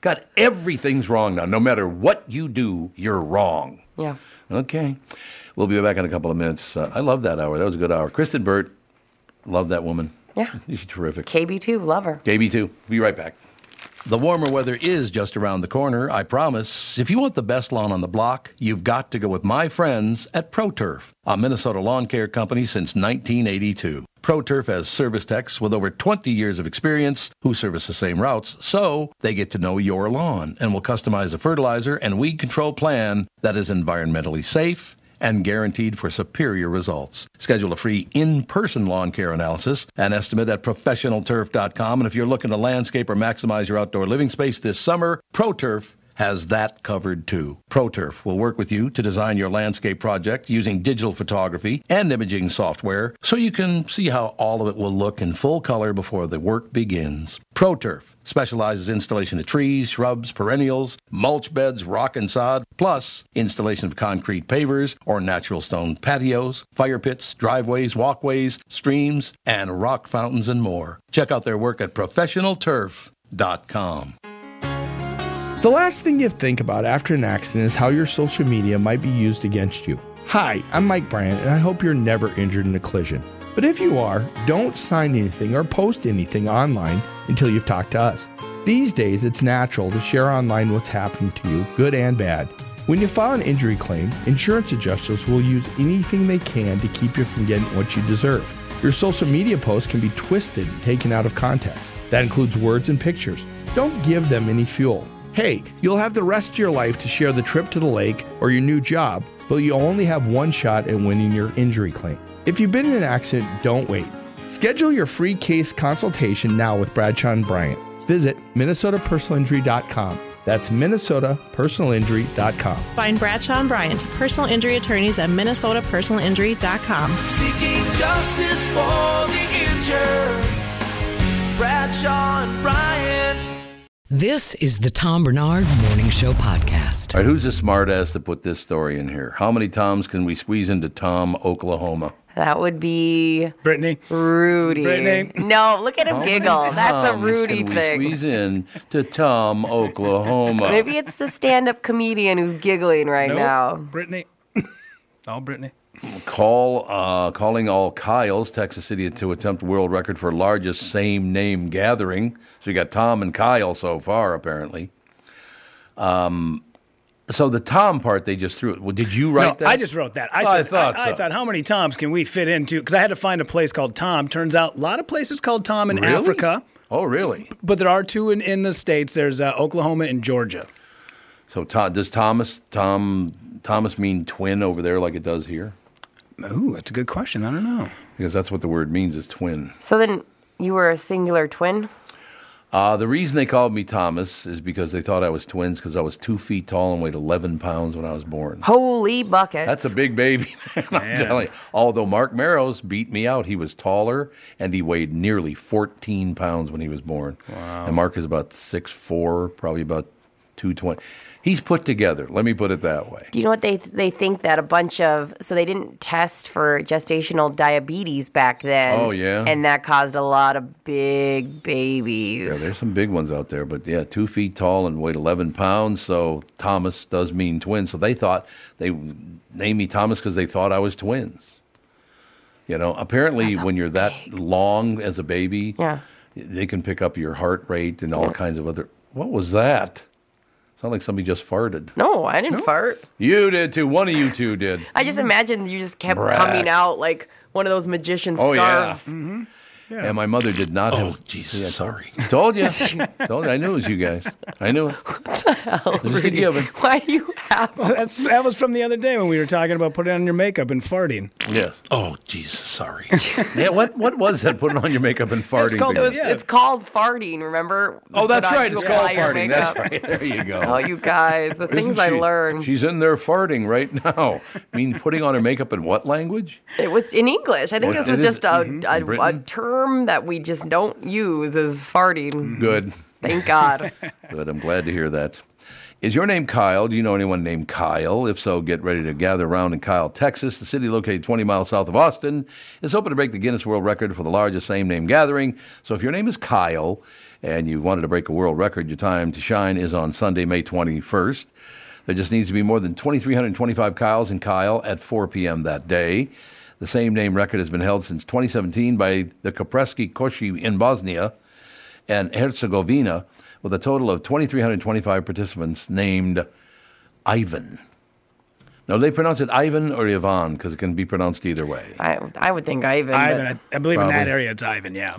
S1: God, everything's wrong now. No matter what you do, you're wrong.
S3: Yeah.
S1: Okay. We'll be back in a couple of minutes. Uh, I love that hour. That was a good hour. Kristen Burt, love that woman.
S3: Yeah.
S1: She's terrific.
S3: KB2, love her.
S1: KB2, be right back. The warmer weather is just around the corner, I promise. If you want the best lawn on the block, you've got to go with my friends at ProTurf, a Minnesota lawn care company since 1982. ProTurf has service techs with over 20 years of experience who service the same routes, so they get to know your lawn and will customize a fertilizer and weed control plan that is environmentally safe and guaranteed for superior results. Schedule a free in-person lawn care analysis and estimate at professionalturf.com. And if you're looking to landscape or maximize your outdoor living space this summer, ProTurf has that covered too. ProTurf will work with you to design your landscape project using digital photography and imaging software so you can see how all of it will look in full color before the work begins. ProTurf specializes installation of trees, shrubs, perennials, mulch beds, rock and sod, plus installation of concrete pavers or natural stone patios, fire pits, driveways, walkways, streams, and rock fountains and more. Check out their work at professionalturf.com.
S15: The last thing you think about after an accident is how your social media might be used against you. Hi, I'm Mike Bryant, and I hope you're never injured in a collision. But if you are, don't sign anything or post anything online until you've talked to us. These days, it's natural to share online what's happened to you, good and bad. When you file an injury claim, insurance adjusters will use anything they can to keep you from getting what you deserve. Your social media posts can be twisted and taken out of context. That includes words and pictures. Don't give them any fuel. Hey, you'll have the rest of your life to share the trip to the lake or your new job, but you only have one shot at winning your injury claim. If you've been in an accident, don't wait. Schedule your free case consultation now with Bradshaw and Bryant. Visit minnesotapersonalinjury.com. That's minnesotapersonalinjury.com.
S16: Find Bradshaw and Bryant, personal injury attorneys at minnesotapersonalinjury.com.
S12: Seeking justice for the injured. Bradshaw and Bryant.
S2: This is the Tom Bernard Morning Show Podcast.
S1: All right, who's the smart ass that put this story in here? How many Toms can we squeeze into Tom, Oklahoma?
S3: That would be
S4: Brittany.
S3: Rudy.
S1: Brittany.
S3: No, look at him
S1: How many
S3: giggle. That's a
S1: Toms
S3: Rudy
S1: can we
S3: thing.
S1: Squeeze in to Tom, Oklahoma.
S3: Maybe it's the stand-up comedian who's giggling right
S1: Nope.
S3: now.
S4: Brittany. All Brittany.
S1: Call uh, calling all Kyles, Texas City, to attempt world record for largest same name gathering. So you got Tom and Kyle so far, apparently. Um, so the Tom part they just threw it. Well, did you write
S4: no,
S1: that?
S4: I just wrote that. I,
S1: Oh,
S4: said,
S1: I thought
S4: I,
S1: so.
S4: thought, how many Toms can we fit into? Because I had to find a place called Tom. Turns out a lot of places called Tom in
S1: Really?
S4: Africa.
S1: Oh, really?
S4: But there are two in, in the States. There's uh, Oklahoma and Georgia.
S1: So Tom, does Thomas Tom Thomas mean twin over there like it does here?
S4: Ooh, that's a good question. I don't know
S1: because that's what the word means is twin.
S3: So then you were a singular twin.
S1: Uh, the reason they called me Thomas is because they thought I was twins because I was two feet tall and weighed 11 pounds when I was born.
S3: Holy buckets.
S1: That's a big baby. man, I'm telling you. Although Mark Marrows beat me out, he was taller and he weighed nearly 14 pounds when he was born. Wow. And Mark is about 6'4, probably about 220. He's put together. Let me put it that way.
S3: Do you know what they they think that a bunch of so they didn't test for gestational diabetes back then?
S1: Oh, yeah.
S3: and that caused a lot of big babies.
S1: Yeah, there's some big ones out there, but yeah, two feet tall and weighed 11 pounds. So Thomas does mean twin. So they thought they named me Thomas because they thought I was twins. You know, apparently when you're that long as a baby,
S3: Yeah.
S1: They can pick up your heart rate and all kinds of other. What was that? Sound like somebody just farted.
S3: No, I didn't fart.
S1: You did too. One of you two did.
S3: I just imagined you just kept
S1: Brat.
S3: coming out like one of those magician
S1: Oh, yeah.
S3: scarves.
S1: And my mother did not have. Oh, Jesus, sorry. Told you. Told you. I knew it was you guys. I knew it. It was just a given.
S3: Why do you have?
S4: that's that was from the other day when we were talking about putting on your makeup and farting.
S1: Yes. Oh, Jesus, sorry. yeah, what what was that putting on your makeup and farting?
S4: called-
S1: thing?
S3: It was- It's called farting, remember?
S1: Oh,
S3: Put
S1: that's
S3: on
S1: right. It's
S3: your
S1: called
S3: liar
S1: farting. That's
S3: makeup.
S1: right. There you go.
S3: Oh, you guys, the
S1: Isn't
S3: things I
S1: she-
S3: learned.
S1: She's in there farting right now. I mean, putting on her makeup in what language?
S3: It was in English. I think
S1: What
S3: this was
S1: is-
S3: just a,
S1: Mhm.
S3: a-
S1: In
S3: a,
S1: Britain?
S3: term that we just don't use as farting.
S1: Good.
S3: Thank God.
S1: Good. I'm glad to hear that. Is your name Kyle? Do you know anyone named Kyle? If so, get ready to gather around in Kyle, Texas. The city located 20 miles south of Austin is hoping to break the Guinness World Record for the largest same name gathering. So if your name is Kyle and you wanted to break a world record, your time to shine is on Sunday, May 21st. There just needs to be more than 2,325 Kyles in Kyle at 4 p.m. that day. The same name record has been held since 2017 by the Kopreski Koshi in Bosnia and Herzegovina with a total of 2,325 participants named Ivan. Now, do they pronounce it Ivan or Ivan because it can be pronounced either way.
S3: I, I would think Ivan.
S4: Ivan, I, I believe in that
S1: Probably.
S4: area it's Ivan. Yeah.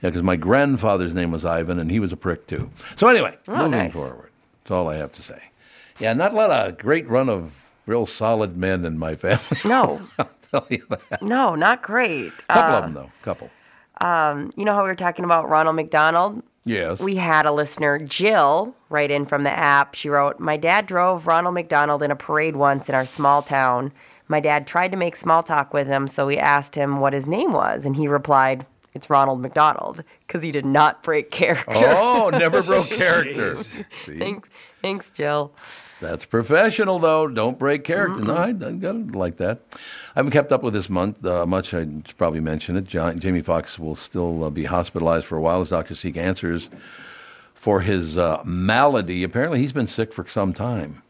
S1: Yeah, because my grandfather's name was Ivan and he was a prick too. So, anyway,
S4: Oh,
S1: moving
S4: nice.
S1: forward. That's all I have to say. Yeah, not a lot of great run of real solid men in my family.
S3: No.
S1: I'll tell you that.
S3: No, not great.
S1: Couple
S3: Uh,
S1: of them, though. Couple.
S3: Um, you know how we were talking about Ronald McDonald?
S1: Yes.
S3: We had a listener, Jill, right in from the app. She wrote, My dad drove Ronald McDonald in a parade once in our small town. My dad tried to make small talk with him, so we asked him what his name was, and he replied, It's Ronald McDonald, because he did not break character.
S1: Oh, never broke character.
S3: Jeez.
S1: See?
S3: thanks, thanks, Jill.
S1: That's professional, though. Don't break character. No, I, I got it like that. I haven't kept up with this month uh, much. I should probably mention it. John, Jamie Foxx will still uh, be hospitalized for a while as doctors seek answers for his uh, malady. Apparently, he's been sick for some time.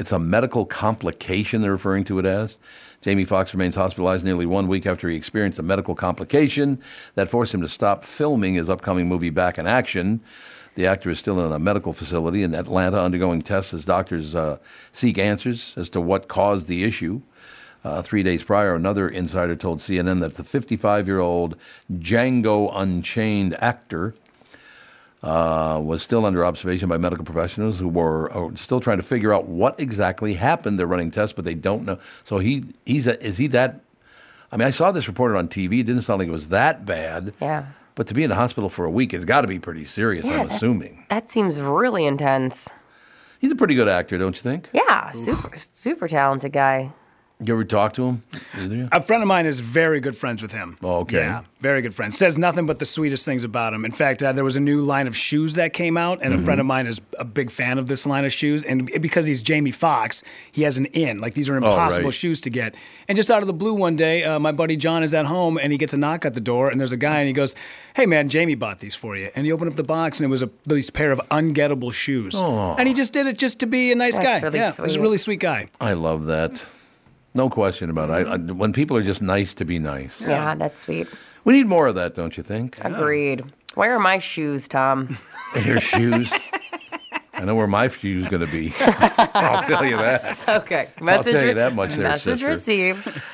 S1: It's a medical complication, they're referring to it as. Jamie Foxx remains hospitalized nearly one week after he experienced a medical complication that forced him to stop filming his upcoming movie Back in Action. The actor is still in a medical facility in Atlanta undergoing tests as doctors uh, seek answers as to what caused the issue. Uh, three days prior, another insider told CNN that the 55 year old Django Unchained actor uh, was still under observation by medical professionals who were uh, still trying to figure out what exactly happened. They're running tests, but they don't know. So he he's a, is he that? I mean, I saw this reported on TV. It didn't sound like it was that bad.
S3: Yeah.
S1: But to be in the hospital for a week has got to be pretty serious.
S3: Yeah,
S1: I'm
S3: that-
S1: assuming
S3: That seems really intense.
S1: he's a pretty good actor, don't you think?
S3: Yeah, super, super talented guy.
S1: You ever talk to him? Either of you?
S4: A friend of mine is very good friends with him.
S1: Oh, okay.
S4: Yeah, very good friend. Says nothing but the sweetest things about him. In fact, uh, there was a new line of shoes that came out, and a
S1: Mm-hmm.
S4: friend of mine is a big fan of this line of shoes. And because he's Jamie Foxx, he has an in. Like these are
S1: Oh, right.
S4: impossible shoes to get. And just out of the blue one day, uh, my buddy John is at home, and he gets a knock at the door, and there's a guy, and he goes, "Hey man, Jamie bought these for you." And he opened up the box, and it was a these pair of ungettable shoes.
S1: Aw.
S4: And he just did it just to be a nice
S3: That's
S4: guy.
S3: really
S4: yeah, was a
S3: sweet.
S4: really sweet guy.
S1: I love that. No question about it. I, I, when people are just nice to be nice,
S3: Yeah, that's sweet.
S1: we need more of that, don't you think?
S3: Agreed. Where are my shoes, Tom?
S1: Your shoes. I know where my shoes going to be. I'll tell you that.
S3: Okay.
S1: I'll tell
S3: re-
S1: you that much there,
S3: Message
S1: sister.
S3: received.